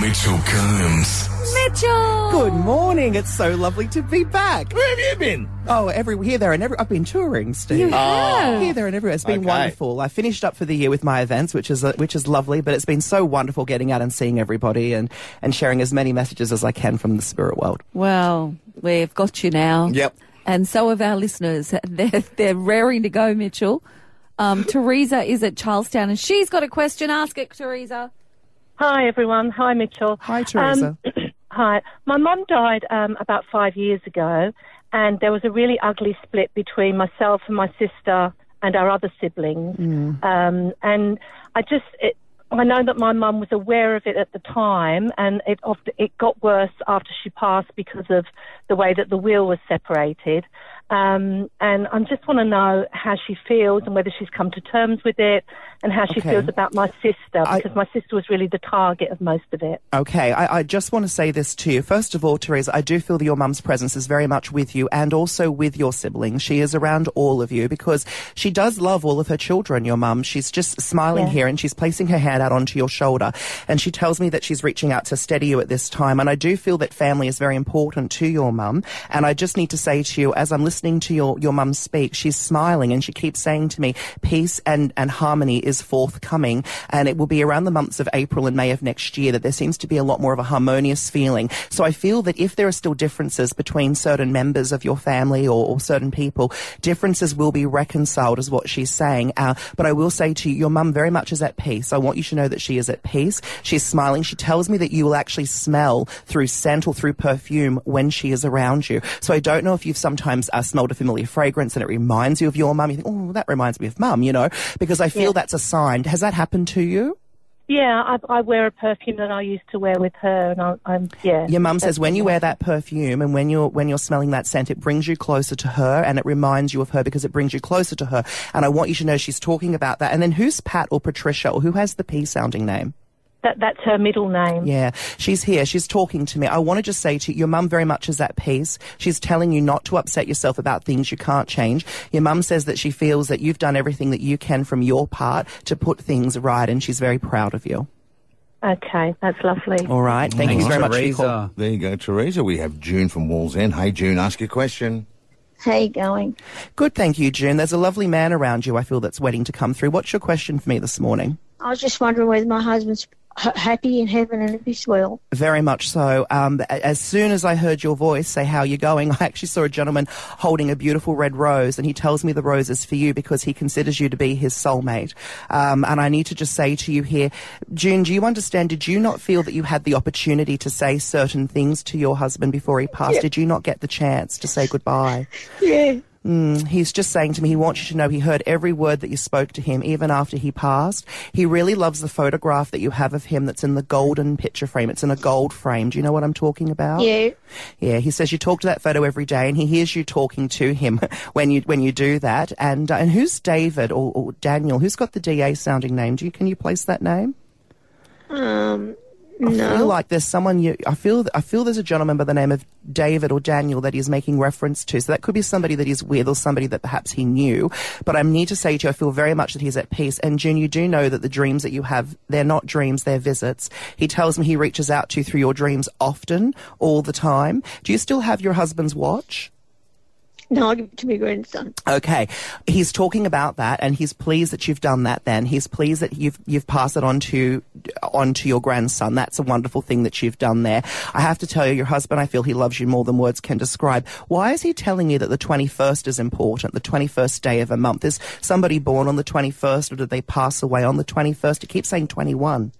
Mitchell Coombs.
Mitchell.
Good morning. It's so lovely to be back.
Where have you been?
Oh, every here, there, and every. I've been touring, Steve.
You have.
Here, there, and everywhere. It's been
Oh, Okay.
wonderful. I finished up for the year with my events, which is uh, which is lovely. But it's been so wonderful getting out and seeing everybody and and sharing as many messages as I can from the spirit world.
Well, we've got you now.
Yep.
And so have our listeners. (laughs) They're, they're raring to go, Mitchell.
(laughs)
Um, Teresa is at Charlestown and she's got a question. Ask it, Teresa.
Hi, everyone. Hi, Mitchell. Hi,
Teresa.
hi. My mum died um, about five years ago, and there was a really ugly split between myself and my sister and our other siblings.
Mm.
Um, and I just, it, I know that my mum was aware of it at the time, and it oft- it got worse after she passed because of the way that the will was separated. Um, and I just want to know how she feels and whether she's come to terms with it, and how she
Okay.
feels about my sister because my sister was really the target of most of it.
Okay, I, I just want to say this to you. First of all, Teresa, I do feel that your mum's presence is very much with you and also with your siblings. She is around all of you because she does love all of her children, your mum. She's just smiling
Yeah.
here and she's placing her hand out onto your shoulder. And she tells me that she's reaching out to steady you at this time. And I do feel that family is very important to your mum. And I just need to say to you, as I'm listening to your, your mum speak, she's smiling and she keeps saying to me, peace and, and harmony is forthcoming. And it will be around the months of April and May of next year that there seems to be a lot more of a harmonious feeling. So I feel that if there are still differences between certain members of your family or, or certain people, differences will be reconciled, is what she's saying. Uh, but I will say to you, your mum very much is at peace. I want you to know that she is at peace. She's smiling. She tells me that you will actually smell through scent or through perfume when she is around you. So I don't know if you've sometimes uh, smelled a familiar fragrance and it reminds you of your mum. You think, oh, that reminds me of mum, you know, because I feel that's a sign. Has that happened to you?
Yeah, I, I wear a perfume that I used to wear with her, and I, I'm yeah.
Your mum
that's-
says when you wear that perfume and when you're when you're smelling that scent, it brings you closer to her and it reminds you of her because it brings you closer to her. And I want you to know she's talking about that. And then who's Pat or Patricia or who has the P sounding name?
that that's her middle name.
Yeah, she's here. She's talking to me. I want to just say to you, your mum very much is at peace. She's telling you not to upset yourself about things you can't change. Your mum says that she feels that you've done everything that you can from your part to put things right, and she's very proud of you.
Okay, that's lovely.
All right. Thank you very much for your call.
There you go, Teresa. We have June from Walls End. Hey, June, ask your question.
How you going? Good, thank you, June. There's a lovely man around you, I feel, that's waiting to come through. What's your question for me this morning?
I was just wondering whether my husband's h- happy in heaven and if he's well.
Very much so. Um, a- as soon as I heard your voice say, How are you going? (laughs) I actually saw a gentleman holding a beautiful red rose, and he tells me the rose is for you because he considers you to be his soulmate. Um, and I need to just say to you here, June, do you understand? Did you not feel that you had the opportunity to say certain things to your husband before he passed?
Yeah.
Did you not get the chance to say goodbye?
Yeah.
Mm, he's just saying to me, he wants you to know he heard every word that you spoke to him, even after he passed. He really loves the photograph that you have of him that's in the golden picture frame. It's in a gold frame. Do you know what I'm talking about?
Yeah.
Yeah, he says you talk to that photo every day, and he hears you talking to him (laughs) when you when you do that. And uh, and who's David or, or Daniel? Who's got the DA sounding name? Do you can you place that name?
Um,
I feel
no.
like there's someone you. I feel. I feel there's a gentleman by the name of David or Daniel that he's making reference to. So that could be somebody that he's with or somebody that perhaps he knew. But I need to say to you, I feel very much that he's at peace. And June, you do know that the dreams that you have, they're not dreams, they're visits. He tells me he reaches out to you through your dreams often, all the time. Do you still have your husband's watch?
no, I'll give it to my grandson.
Okay, he's talking about that, and he's pleased that you've done that. Then he's pleased that you've you've passed it on to on to your grandson. That's a wonderful thing that you've done there. I have to tell you, your husband, I feel he loves you more than words can describe. Why is he telling you that the twenty first is important? The twenty first day of a month is somebody born on the twenty first, or did they pass away on the twenty first? It keeps saying twenty one.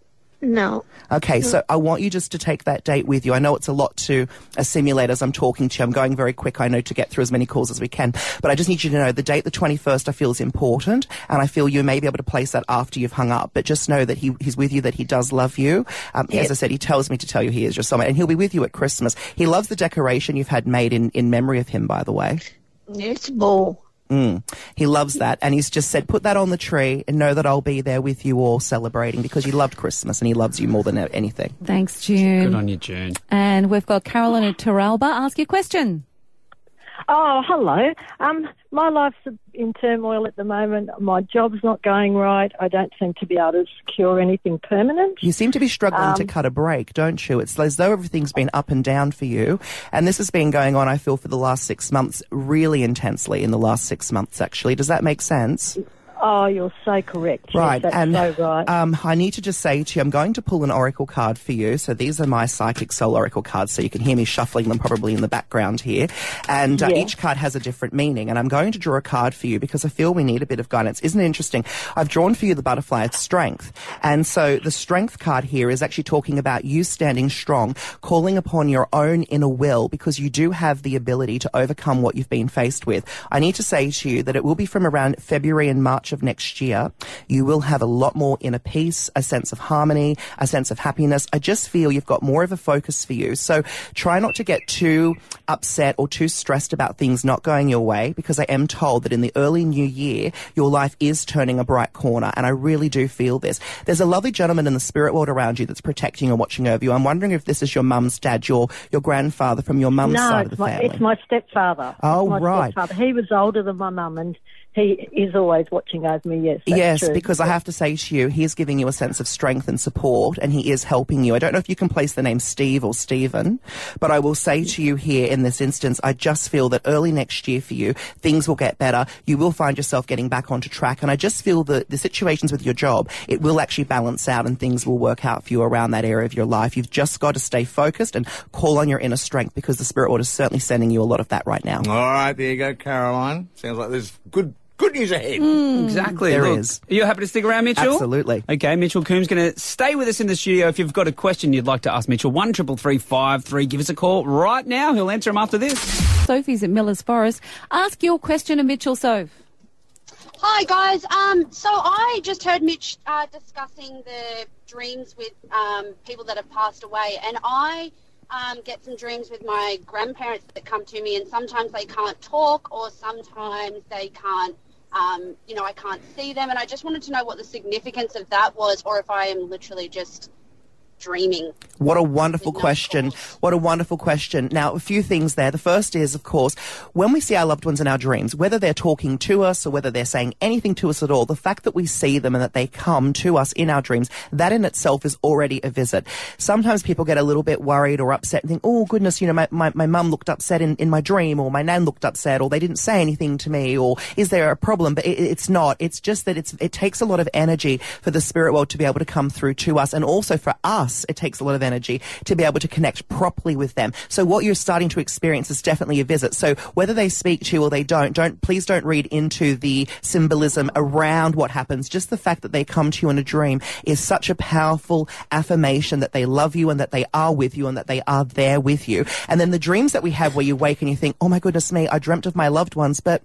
No.
Okay, so I want you just to take that date with you. I know it's a lot to assimilate as I'm talking to you. I'm going very quick, I know, to get through as many calls as we can. But I just need you to know the date, the 21st, I feel is important. And I feel you may be able to place that after you've hung up. But just know that he, he's with you, that he does love you. Um, As I said, he tells me to tell you he is your soulmate. And he'll be with you at Christmas. He loves the decoration you've had made in, in memory of him, by the way.
It's a ball.
Mm. He loves that. And he's just said, put that on the tree and know that I'll be there with you all celebrating because he loved Christmas and he loves you more than anything.
Thanks, June.
Um,
Good on you, June.
And we've got Carolina Taralba. Ask your question.
Oh,
Oh, hello. Um, my life's a
in turmoil at the moment. My job's not going right. I don't seem to be able to secure anything permanent.
You seem to be struggling to
Um,
cut a break, don't you? It's as though everything's been up and down for you. And this has been going on, I feel, for the last six months, really intensely in the last six months, actually. Does that make sense?
Oh, you're so correct. Yes,
Right,
that's
and
so right.
um, I need to just say to you, I'm going to pull an oracle card for you. So these are my psychic soul oracle cards, so you can hear me shuffling them probably in the background here. And uh,
Yeah.
each card has a different meaning. And I'm going to draw a card for you because I feel we need a bit of guidance. Isn't it interesting? I've drawn for you the butterfly of strength. And so the strength card here is actually talking about you standing strong, calling upon your own inner will because you do have the ability to overcome what you've been faced with. I need to say to you that it will be from around February and March of next year. You will have a lot more inner peace, a sense of harmony, a sense of happiness. I just feel you've got more of a focus for you. So try not to get too upset or too stressed about things not going your way because I am told that in the early new year, your life is turning a bright corner. And I really do feel this. There's a lovely gentleman in the spirit world around you that's protecting and watching over you. I'm wondering if this is your mum's dad, your, your grandfather from your mum's
no,
side of
it's
the
my,
family.
it's my stepfather.
Oh,
It's my
right.
Stepfather. He was older than my mum, and he is always watching over me. Yes, that's
yes,
true.
because I have to say to you, he is giving you a sense of strength and support, and he is helping you. I don't know if you can place the name Steve or Stephen, but I will say to you here in this instance, I just feel that early next year for you, things will get better. You will find yourself getting back onto track, and I just feel that the situations with your job, it will actually balance out, and things will work out for you around that area of your life. You've just got to stay focused and call on your inner strength because the spirit world is certainly sending you a lot of that right now.
All right, there you go, Caroline. Sounds like there's good good news ahead.
Hmm.
Exactly.
There
Look,
is.
Are you happy to stick around, Mitchell?
Absolutely.
Okay, Mitchell Coombs going to stay with us in the studio. If you've got a question you'd like to ask Mitchell, one triple three five three. Give us a call right now. He'll answer them after this.
Sophie's at Miller's Forest. Ask your question to Mitchell Sove.
Hi guys. Um, so I just heard Mitch uh, discussing the dreams with um, people that have passed away, and I um, get some dreams with my grandparents that come to me, and sometimes they can't talk, or sometimes they can't. Um, you know, I can't see them, and I just wanted to know what the significance of that was, or if I am literally just dreaming.
What a wonderful question. What a wonderful question. Now, a few things there. The first is, of course, when we see our loved ones in our dreams, whether they're talking to us or whether they're saying anything to us at all, the fact that we see them and that they come to us in our dreams, that in itself is already a visit. Sometimes people get a little bit worried or upset and think, oh, goodness, you know, my, my, my mum looked upset in, in my dream or my nan looked upset or they didn't say anything to me or is there a problem? But it, it's not. It's just that it's, it takes a lot of energy for the spirit world to be able to come through to us. And also for us, it takes a lot of energy to be able to connect properly with them. So what you're starting to experience is definitely a visit. So whether they speak to you or they don't, don't, please don't read into the symbolism around what happens. Just the fact that they come to you in a dream is such a powerful affirmation that they love you and that they are with you and that they are there with you. And then the dreams that we have where you wake and you think, oh my goodness me, I dreamt of my loved ones, but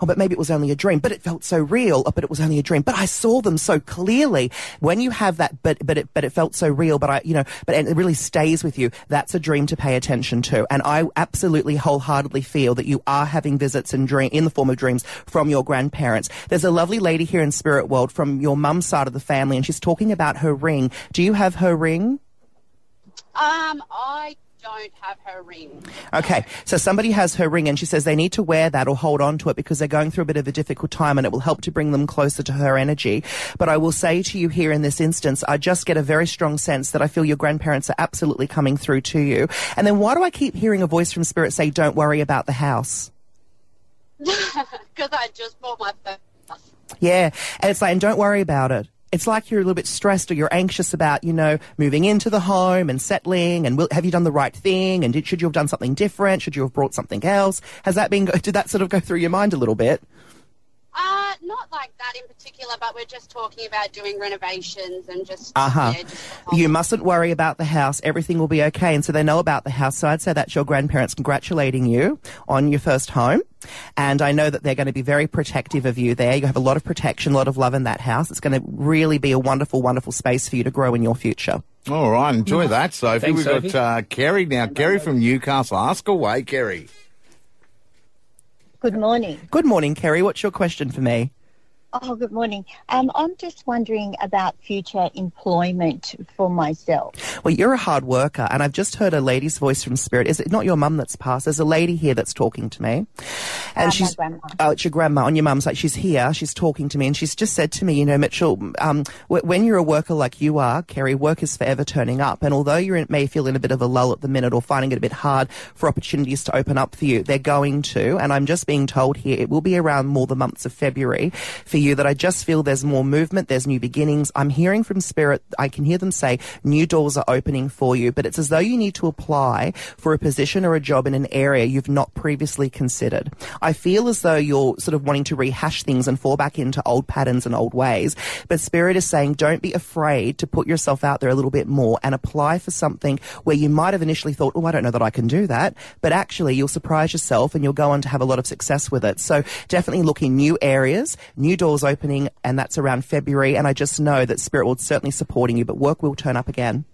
oh, but maybe it was only a dream, but it felt so real, oh, but it was only a dream, but I saw them so clearly. When you have that, but, but it, but it felt so real, but I, you know, but and it really stays with you. That's a dream to pay attention to. And I absolutely wholeheartedly feel that you are having visits and dream, in the form of dreams from your grandparents. There's a lovely lady here in spirit world from your mum's side of the family, and she's talking about her ring. Do you have her ring?
Um, I don't have her ring. (laughs)
Okay. So somebody has her ring and she says they need to wear that or hold on to it because they're going through a bit of a difficult time and it will help to bring them closer to her energy. But I will say to you here in this instance, I just get a very strong sense that I feel your grandparents are absolutely coming through to you. And then why do I keep hearing a voice from spirit say, don't worry about the house?
Because I just bought my first house.
Yeah. And it's like, and don't worry about it. It's like you're a little bit stressed or you're anxious about, you know, moving into the home and settling and will, have you done the right thing? And did, should you have done something different? Should you have brought something else? Has that been, go- (laughs) did that sort of go through your mind a little bit?
Uh, not like that in particular, but we're just talking about doing renovations and just.
Uh huh.
yeah, just-
You mustn't worry about the house. Everything will be okay. And so they know about the house. So I'd say that's your grandparents congratulating you on your first home. And I know that they're going to be very protective of you there. You have a lot of protection, a lot of love in that house. It's going to really be a wonderful, wonderful space for you to grow in your future.
All right, enjoy that, Sophie.
Thanks,
We've
Sophie.
got uh, Kerry now. Kerry from Newcastle. Ask away, Kerry.
Good morning.
Good morning, Kerry. What's your question for me?
Oh, good morning. Um, I'm just wondering about future employment for myself.
Well, you're a hard worker, and I've just heard a lady's voice from spirit. Is it not your mum that's passed? There's a lady here that's talking to me, And
Uh, my
she's
grandma.
oh, it's your grandma on your mum's like she's here, she's talking to me, and she's just said to me, you know, Mitchell, um, w- when you're a worker like you are, Kerry, work is forever turning up. And although you may feel in a bit of a lull at the minute or finding it a bit hard for opportunities to open up for you, they're going to. And I'm just being told here it will be around more the months of February for you that I just feel there's more movement, there's new beginnings. I'm hearing from spirit, I can hear them say new doors are opening for you, but it's as though you need to apply for a position or a job in an area you've not previously considered. I feel as though you're sort of wanting to rehash things and fall back into old patterns and old ways, but spirit is saying don't be afraid to put yourself out there a little bit more and apply for something where you might have initially thought, oh, I don't know that I can do that, but actually you'll surprise yourself and you'll go on to have a lot of success with it. So definitely look in new areas, new doors opening, and that's around February. And I just know that spirit will certainly supporting you, but work will turn up again.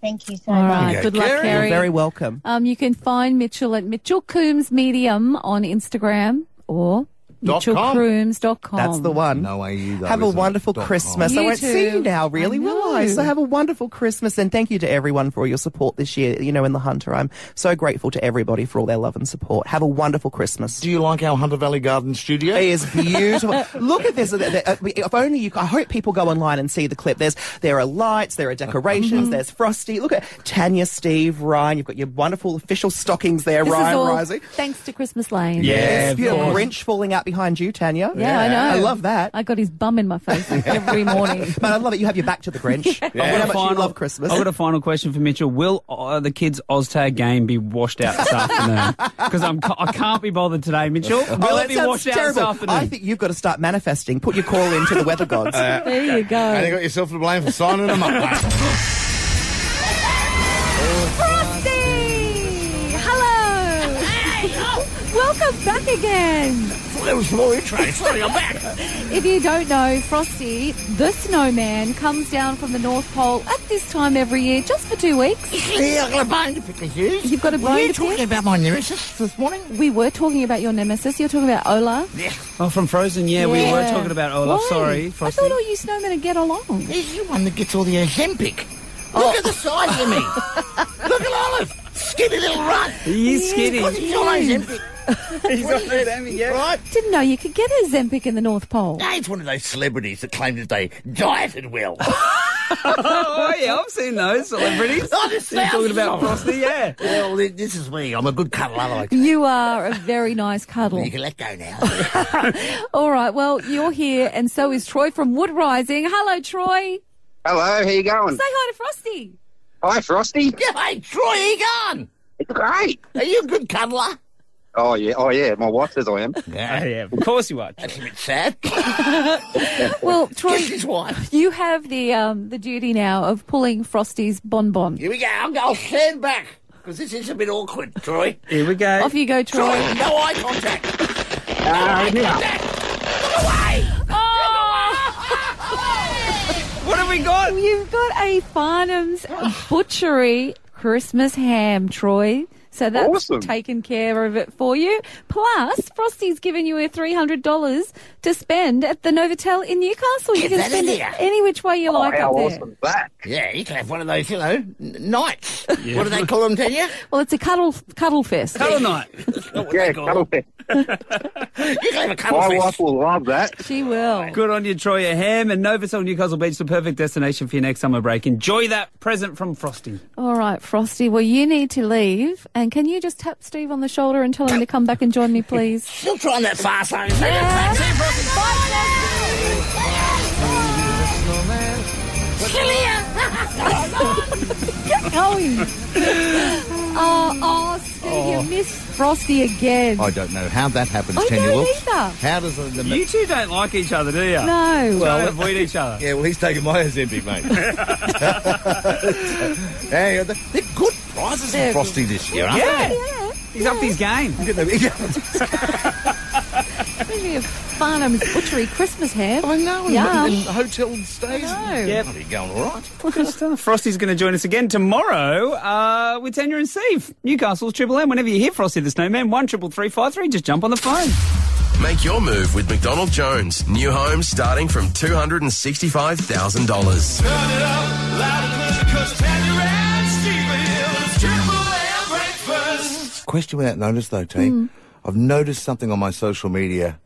Thank you so
All
much.
right. Good luck, Kerry.
You're very welcome.
Um, you can find Mitchell at Mitchell Coombs Medium on Instagram or
Dot com.
mitchellcoombs.com.
That's the one.
No way you
Have a wonderful Christmas. I
You
won't see
too.
you now, really,
I
will I?
know.
So have a wonderful Christmas and thank you to everyone for all your support this year, you know, in the Hunter. I'm so grateful to everybody for all their love and support. Have a wonderful Christmas. Do
you like our Hunter Valley Garden studio?
It
(laughs)
is beautiful. Look at this. Uh, uh, If only you, I hope people go online and see the clip. There's, there are lights, there are
Mm-hmm.
decorations, there's Frosty. Look at Tanya, Steve, Ryan. You've got your wonderful official stockings there,
This is
Ryan
all
Rising.
Thanks to Christmas Lane.
Yes, beautiful. Grinch falling out behind you, Tanya.
Yeah, I know.
I love that.
I got his bum in my
(laughs)
face
(laughs)
every morning.
But I love it. You have your back to
(laughs)
the Grinch.
I've got
I know
a
how much you
final-
love Christmas.
I've got a final question for Mitchell. Will uh, the kids' OzTag game be washed out this afternoon? Because I'm ca- I can't be bothered today,
(laughs)
Mitchell. Will
Oh,
it
that
be
sounds
washed
terrible.
out this afternoon?
I think you've got to start manifesting. Put your call into the weather gods.
Uh,
(laughs) there you go.
And you got yourself to blame (laughs) for signing them up.
Frosty! Hello! (laughs) Welcome back again.
That was more intro. Sorry, I'm back.
If you don't know, Frosty, the snowman, comes down from the North Pole at this time every year just for two weeks.
Yeah, I've got a bone to pick with you.
You've got a
Were
bone
you
to
talking
pick?
about my nemesis this morning?
We were talking about your nemesis. You're talking about Olaf.
Yeah.
Oh, from Frozen. Yeah, we were
Yeah.
talking about Olaf.
Why?
Sorry,
I
Frosty.
thought all you snowmen would get along. Oh.
He's the one that gets all the Ozempic. Look at the
(laughs)
size of me. Look at Olive. Skinny little run.
He is skinny.
Because he's on (laughs) Ozempic.
He's
What
on
is it?
Ozempic, yeah.
Right?
Didn't know you could get a Zempic in the North Pole.
Hey, It's one of those celebrities that claim that they dieted
(laughs)
well.
oh yeah, I've seen those
(laughs)
celebrities.
(laughs)
Oh, there's
You're talking
thousands
about
of them.
Frosty, yeah.
Well, th- this is me. I'm a good cuddler. I like
You are a very nice cuddle.
You can let go now.
(laughs) All right, well, you're here, and so is Troy from Wood Rising. Hello, Troy.
Hello, how you going?
Say hi to Frosty.
Hi, Frosty.
hey, Troy Egan.
Great.
Are you a good cuddler?
Oh yeah, oh yeah. My wife says I am.
(laughs) Yeah, yeah. Of course you are.
That's a bit sad.
(laughs) Well, Troy,
Kiss his wife.
you have the um, the duty now of pulling Frosty's bonbon.
Here we go. I'll, I'll stand back because this is a bit awkward, Troy.
Here we go. Uh,
Off you go, Troy.
Troy, no eye contact. No eye contact.
Oh,
What have we got?
You've got a Farnham's Butchery Christmas ham, Troy. So that's
Awesome.
taken care of it for you. Plus, Frosty's given you a $300 to spend at the Novotel in Newcastle. you
Get
can
that
spend
in
it
here.
any which way you like
Oh, how
up there.
awesome is that?
Yeah, you can have one of those, you know, n- nights. What do they call them, Tanya?
(laughs) Well, it's a cuddle cuddle fest.
Cuddle night.
Yeah, cuddle fest.
You can have a cuddle
My
fest.
wife will love that.
She will.
Good on you, Troy. A ham and Novotel Newcastle Beach, the perfect destination for your next summer break. Enjoy that present from Frosty.
All right, Frosty. Well, you need to leave. And can you just tap Steve on the shoulder and tell him to come back and join me, please?
Still trying that fast lane.
Yeah. Get
(laughs)
going. Oh, oh, Steve,
Oh.
you missed Frosty again.
I don't know how that happens,
I
Tanya
don't
Wilkes.
either.
How does it? the-
You two don't like each other, do you?
No.
Well, avoid each other.
Yeah, well, he's taking my
(laughs)
Ozempic, mate.
Hey, they're they're good prizes for
They're-
Frosty this year, aren't
Yeah.
they?
He's up his game.
(laughs)
Maybe a Farnham's Butchery Christmas ham.
I know. and
Yum.
the- the hotel stays.
I know.
Yep.
Bloody going all right.
Good stuff. (laughs) Frosty's going to join us again tomorrow uh, with Tanya and Steve. Newcastle's Triple M. Whenever you hear Frosty the Snowman, one triple three five three. Just jump on the phone.
Make your move with McDonald Jones. New homes starting from $265,000.
Turn it up loud and clear, 'cause Tanya and Steve Hill is Triple M breakfast.
Hmm.
Question without notice, though, T.
I've noticed something on my social media,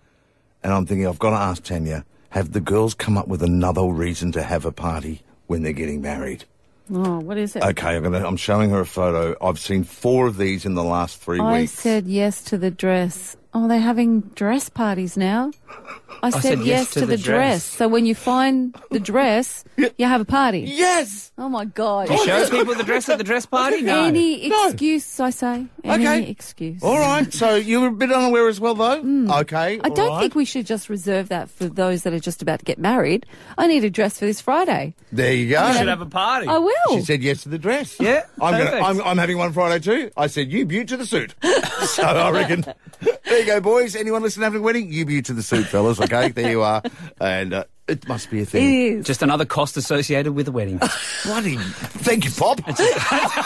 and I'm thinking I've got to ask Tanya: Have the girls come up with another reason to have a party when they're getting married?
Oh, what is it?
Okay, I'm gonna. I'm showing her a photo. I've seen four of these in the last three
I
weeks.
said yes to the dress. Oh, they're having dress parties now. I said, yes, to, the, dress. So when you find the dress, you have a party.
Yes.
Oh my god.
Do you show people the dress at the dress
(laughs)
party? No.
Any excuse, I say. Any
Okay.
excuse. Hmm.
All right. So you were a bit unaware as well, though. Okay.
I
all
don't
right.
think we should just reserve that for those that are just about to get married. I need a dress for this Friday.
There you go.
You should have a party. I will.
She said yes to the dress.
Yeah,
I'm, gonna,
perfect.
I'm, I'm having one Friday too. I said you butte to the suit. (laughs) so I reckon. There you go, boys. Anyone listening having a wedding? You butte to the suit, fellas. Okay, there you are. And uh, it must be a thing.
It is.
Just another cost associated with a wedding.
(laughs) Bloody. Thank you, Pop.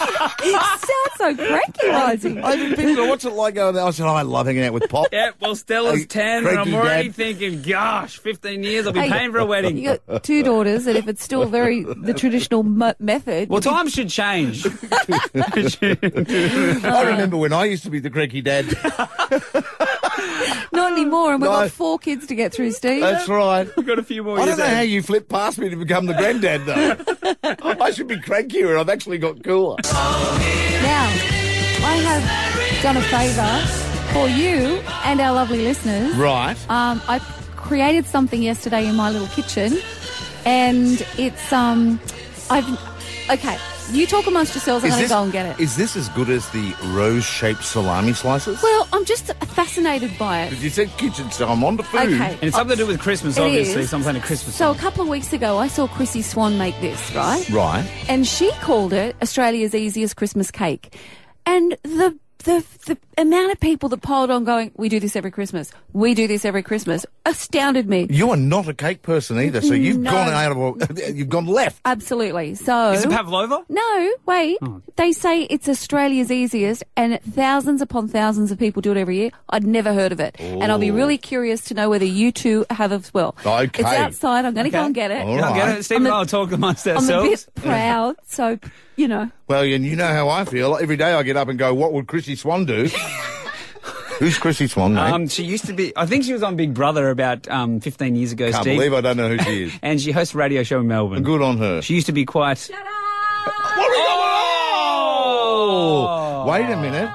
it sounds so cranky, Rising.
I mean, people go, what's it like going there? I said, oh, I love hanging out with Pop.
Yeah, well, Stella's
Hey,
10, and I'm
cranky
already
(laughs)
dad.
thinking, gosh, 15 years, I'll be
Hey,
paying for a wedding.
You got two daughters, and if it's still very the traditional m- method,
well,
you'd be
time should
(laughs)
change.
(laughs)
(laughs)
I remember when I used to be the cranky dad.
Not anymore, and
(gasps)
we've
No.
got four kids to get through, Steve.
That's right.
We've got a few more
I
years
don't know
ahead.
how you flipped past me to become the granddad,
(laughs)
though. I should be crankier, and I've actually got cooler.
Now, I have done a favour for you and our lovely listeners.
Right.
Um, I created something yesterday in my little kitchen, and it's um, I've okay. You talk amongst yourselves. I'm
Is
going to
this-
go and get it.
Is this as good as the rose-shaped salami slices?
Well, I'm just fascinated by it.
Did you say kitchen? So I'm on to food.
Okay.
And it's something to do with Christmas,
It
obviously.
is.
Some kind of Christmas.
So a couple of weeks ago, I saw Chrissy Swan make this, right?
Right.
and she called it Australia's easiest Christmas cake. And the the the amount of people that polled on going, we do this every Christmas, we do this every Christmas, astounded me.
You are not a cake person either, so you've
No.
gone out of (laughs) you've gone left.
Absolutely. So
Is it pavlova? Hmm.
No, wait. They say it's Australia's easiest, and thousands upon thousands of people do it every year. I'd never heard of it, and I'll be
Ooh.
really curious to know whether you two have as well.
Okay.
It's outside. I'm going to go
Okay.
and get it.
All right.
Get it? Steve
I'm
and
a-
I will talk amongst
I'm a bit
ourselves.
proud, so you know.
Well, and you know how I feel. Every day I get up and go, "What would Chrissy Swan do?" Who's Chrissy Swan, mate?
Um, she used to be, I think she was on Big Brother about um, 15 years ago,
Can't
Steve.
believe I don't know who she is.
(laughs) And she hosts a radio show in Melbourne.
Good on her.
She used to be quite. Shut up!
Oh, wait a minute.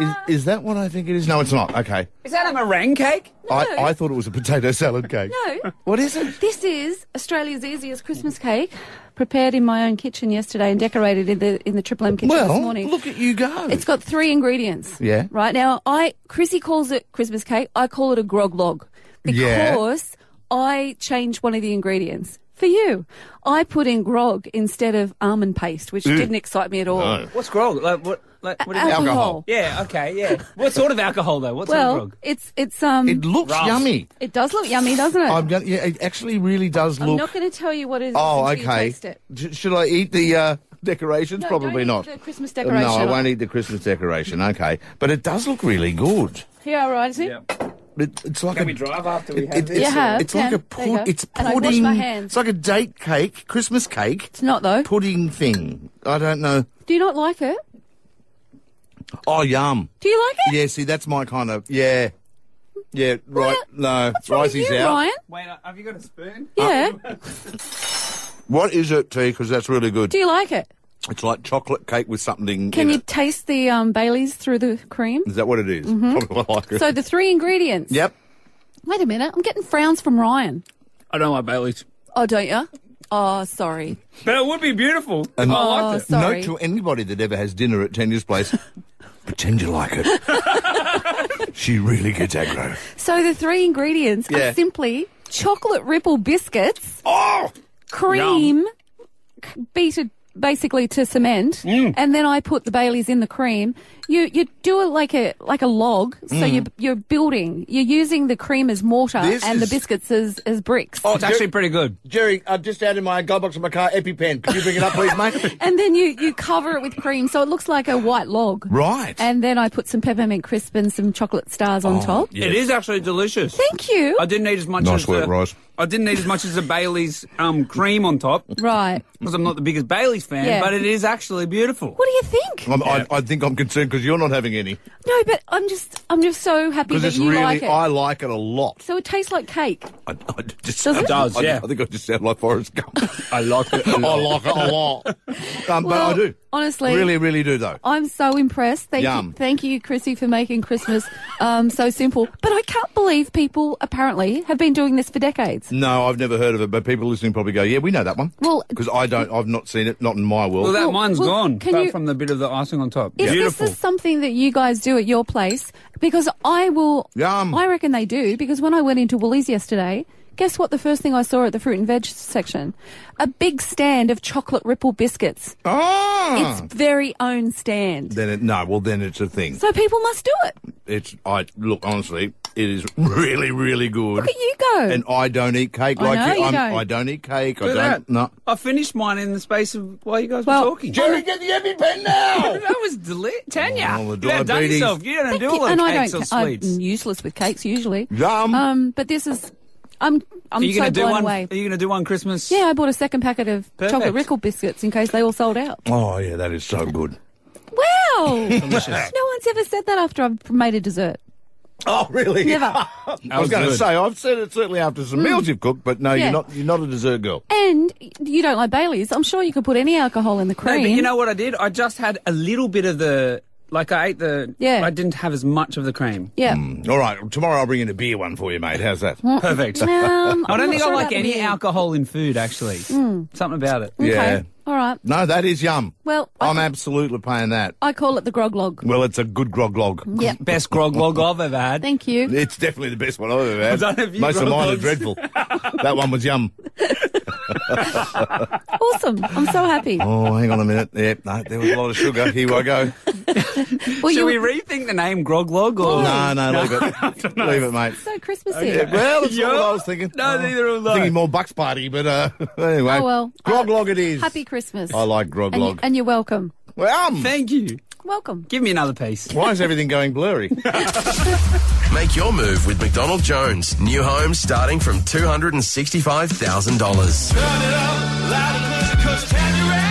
Is is that what I think it is? No, it's not. Okay.
Is that a meringue cake?
I, I thought it was a potato salad cake.
(laughs) No.
What is it?
This is Australia's easiest Christmas cake, prepared in my own kitchen yesterday and decorated in the in the Triple M kitchen this
Well,
morning.
look at you go.
It's got three ingredients.
Yeah.
Right now, I Chrissy calls it Christmas cake. I call it a grog log
Yeah.
because I changed one of the ingredients. For you, I put in grog instead of almond paste, which
Mm.
didn't excite me at all.
What's grog? Like, what, like, what is it?
Alcohol. Alcohol.
Yeah, okay, yeah. What sort of alcohol, though? What
well,
sort of grog?
it's it's um.
It looks
Rough.
yummy.
It does look yummy, doesn't it?
I'm gonna, yeah, it actually really does
I'm
look.
not going to tell you what it is.
oh,
until You
okay.
taste it.
Sh- should I eat the uh, (laughs) decorations?
No,
Probably
don't
not. Uh,
eat the Christmas decoration.
No, I won't eat the Christmas decoration. Okay, but it does look really good.
Yeah, all right. Is it?
It, it's like
Can
a,
we drive after we
it,
have
it-
this?
it's,
You have,
it's like
yeah.
a
There you
pud-
go.
It's
And I wash
pudding.
my hands.
It's like a date cake, Christmas cake. It's
not though.
Pudding thing. I don't know.
Do you not like it?
Oh, yum.
Do you like it?
Yeah, see, that's my kind of yeah, yeah. Right, no, Risey's
you,
out.
Ryan?
Wait, uh, have you got a spoon?
Yeah.
Uh,
What is it, T? Because that's really good.
Do you like it?
It's like chocolate cake with something.
Can
in
you
it.
taste the um, Bailey's through the cream?
Is that what it is? (laughs)
Mhm.
Probably what I like it.
So the three ingredients.
yep.
Wait a minute, I'm getting frowns from Ryan.
I don't like Bailey's.
Oh, don't you? Oh, sorry.
But it would be beautiful.
And
I liked it.
sorry.
note to anybody that ever has dinner at Tanya's place, pretend you like it. she really gets aggro.
So the three ingredients
Yeah.
are simply chocolate ripple biscuits,
oh,
cream, c- beaten basically to cement,
Mm.
and then I put the Baileys in the cream. You you do it like a like a log. So
Mm.
you're you're building. You're using the cream as mortar
This
and
is- Oh,
the biscuits as as bricks.
it's actually pretty good.
Jerry, I've just added my glove box in my car EpiPen. Could you bring it up, please,
(laughs)
mate?
(laughs) And then you, you cover it with cream, so it looks like a white log.
Right. Oh,
And then I put some peppermint crisp and some chocolate stars on top.
It is actually delicious.
Thank you.
I didn't eat as much
Nice
as
work,
the,
Rice.
I didn't eat as much as a Bailey's um, cream on top.
Right.
Because I'm not the biggest Bailey's fan,
Yeah.
but it is actually beautiful.
What do you think?
I'm, I, I think I'm concerned because you're not having any.
No, but I'm just I'm just so happy
Because
that
it's
you
really,
like it.
I like it a lot.
So it tastes like cake.
I, I just
Does
sound-
it? Does,
I,
yeah.
I think I just sound like Forrest Gump.
I like it.
(laughs) I like it a lot. Um, but I
Well, Oh.
do.
honestly-
Really, really do, though.
I'm so impressed. Thank you,
Yum.
thank you, Chrissy, for making Christmas um, so simple. But I can't believe people apparently have been doing this for decades.
No, I've never heard of it, but people listening probably go, "Yeah, we know that one."
Well-
because I don't, I've not seen it, not in my world.
Well, that
Well,
mine's
well,
gone,
can
apart
you-
from the bit of the icing on top.
Is this is something that you guys do at your place? Because I will.
Yum.
I reckon they do. Because when I went into Woolies yesterday, guess what? The first thing I saw at the fruit and veg section, a big stand of chocolate ripple biscuits.
Ah.
Its very own stand.
Then it, no, well then it's a thing.
So people must do it.
it's I look honestly, it is (laughs) really, really good. Look
at you go.
And I don't eat cake
I
like
know you
I'm,
don't.
I don't eat cake.
Do
I don't.
that.
No.
I finished mine in the space of while you guys were talking.
Jerry, get the EpiPen now!
(laughs) that was delicious. Tanya,
Oh, the
you have done
diabetes.
yourself. You don't
Thank
do
you.
all
and
those
I
cakes
don't.
or
ca-
sweets.
I'm useless with cakes usually.
Yum.
Um, but this is. I'm. I'm
are you
so
gonna do
blown
one?
away.
Are you going to do one Christmas?
Yeah, I bought a second packet of
Perfect.
chocolate rickel biscuits in case they all sold out.
Oh yeah, that is so good.
Wow!
Delicious.
no one's ever said that after I've made a dessert.
Oh
(laughs)
really?
Never.
I was
That
going
was
to
good.
say I've said it certainly after some
Mm.
meals you've cooked, but no,
Yeah.
you're not. You're not a dessert girl.
And you don't like Bailey's. I'm sure you could put any alcohol in the
No,
cream.
but you know what I did? I just had a little bit of the. Like I ate the.
Yeah.
I didn't have as much of the cream.
Yeah.
All right, tomorrow I'll bring in a beer one for you, mate. How's that?
Perfect.
Um,
(laughs) I
I'm
don't
not
think
sure
I like
about
any
beer.
alcohol in food. Actually,
Mm.
something about it.
Okay.
Yeah.
All right.
No, that is yum.
Well, I,
I'm absolutely paying that.
I call it the grog log.
Well, it's a good grog log.
Yeah.
Best grog log I've ever had.
Thank you.
It's definitely the best one I've ever had.
I don't know if you
Most of
grog
mine are
logs.
dreadful. that one was yum.
awesome. I'm so happy.
Oh, hang on a minute. Yeah, no, there was a lot of sugar. Here I go.
(laughs) Well,
Should
you-
we rethink the name grog log? Or
No, no, leave
(laughs)
it. leave it, mate.
So Christmassy.
Yeah, well, that's not
Yeah.
what I was thinking. Oh.
No, neither am I.
Thinking more Bucks Party, but uh, (laughs) anyway.
Oh, well.
Grog log it is.
Happy Christmas.
I like grog
and, you-
log.
and you're welcome.
Well, um,
Thank you.
Welcome.
Give me another piece.
Why is everything going blurry?
Make your move with McDonald Jones. New home starting from $265,000.
Turn it up, loud and clear, 'cause Tanya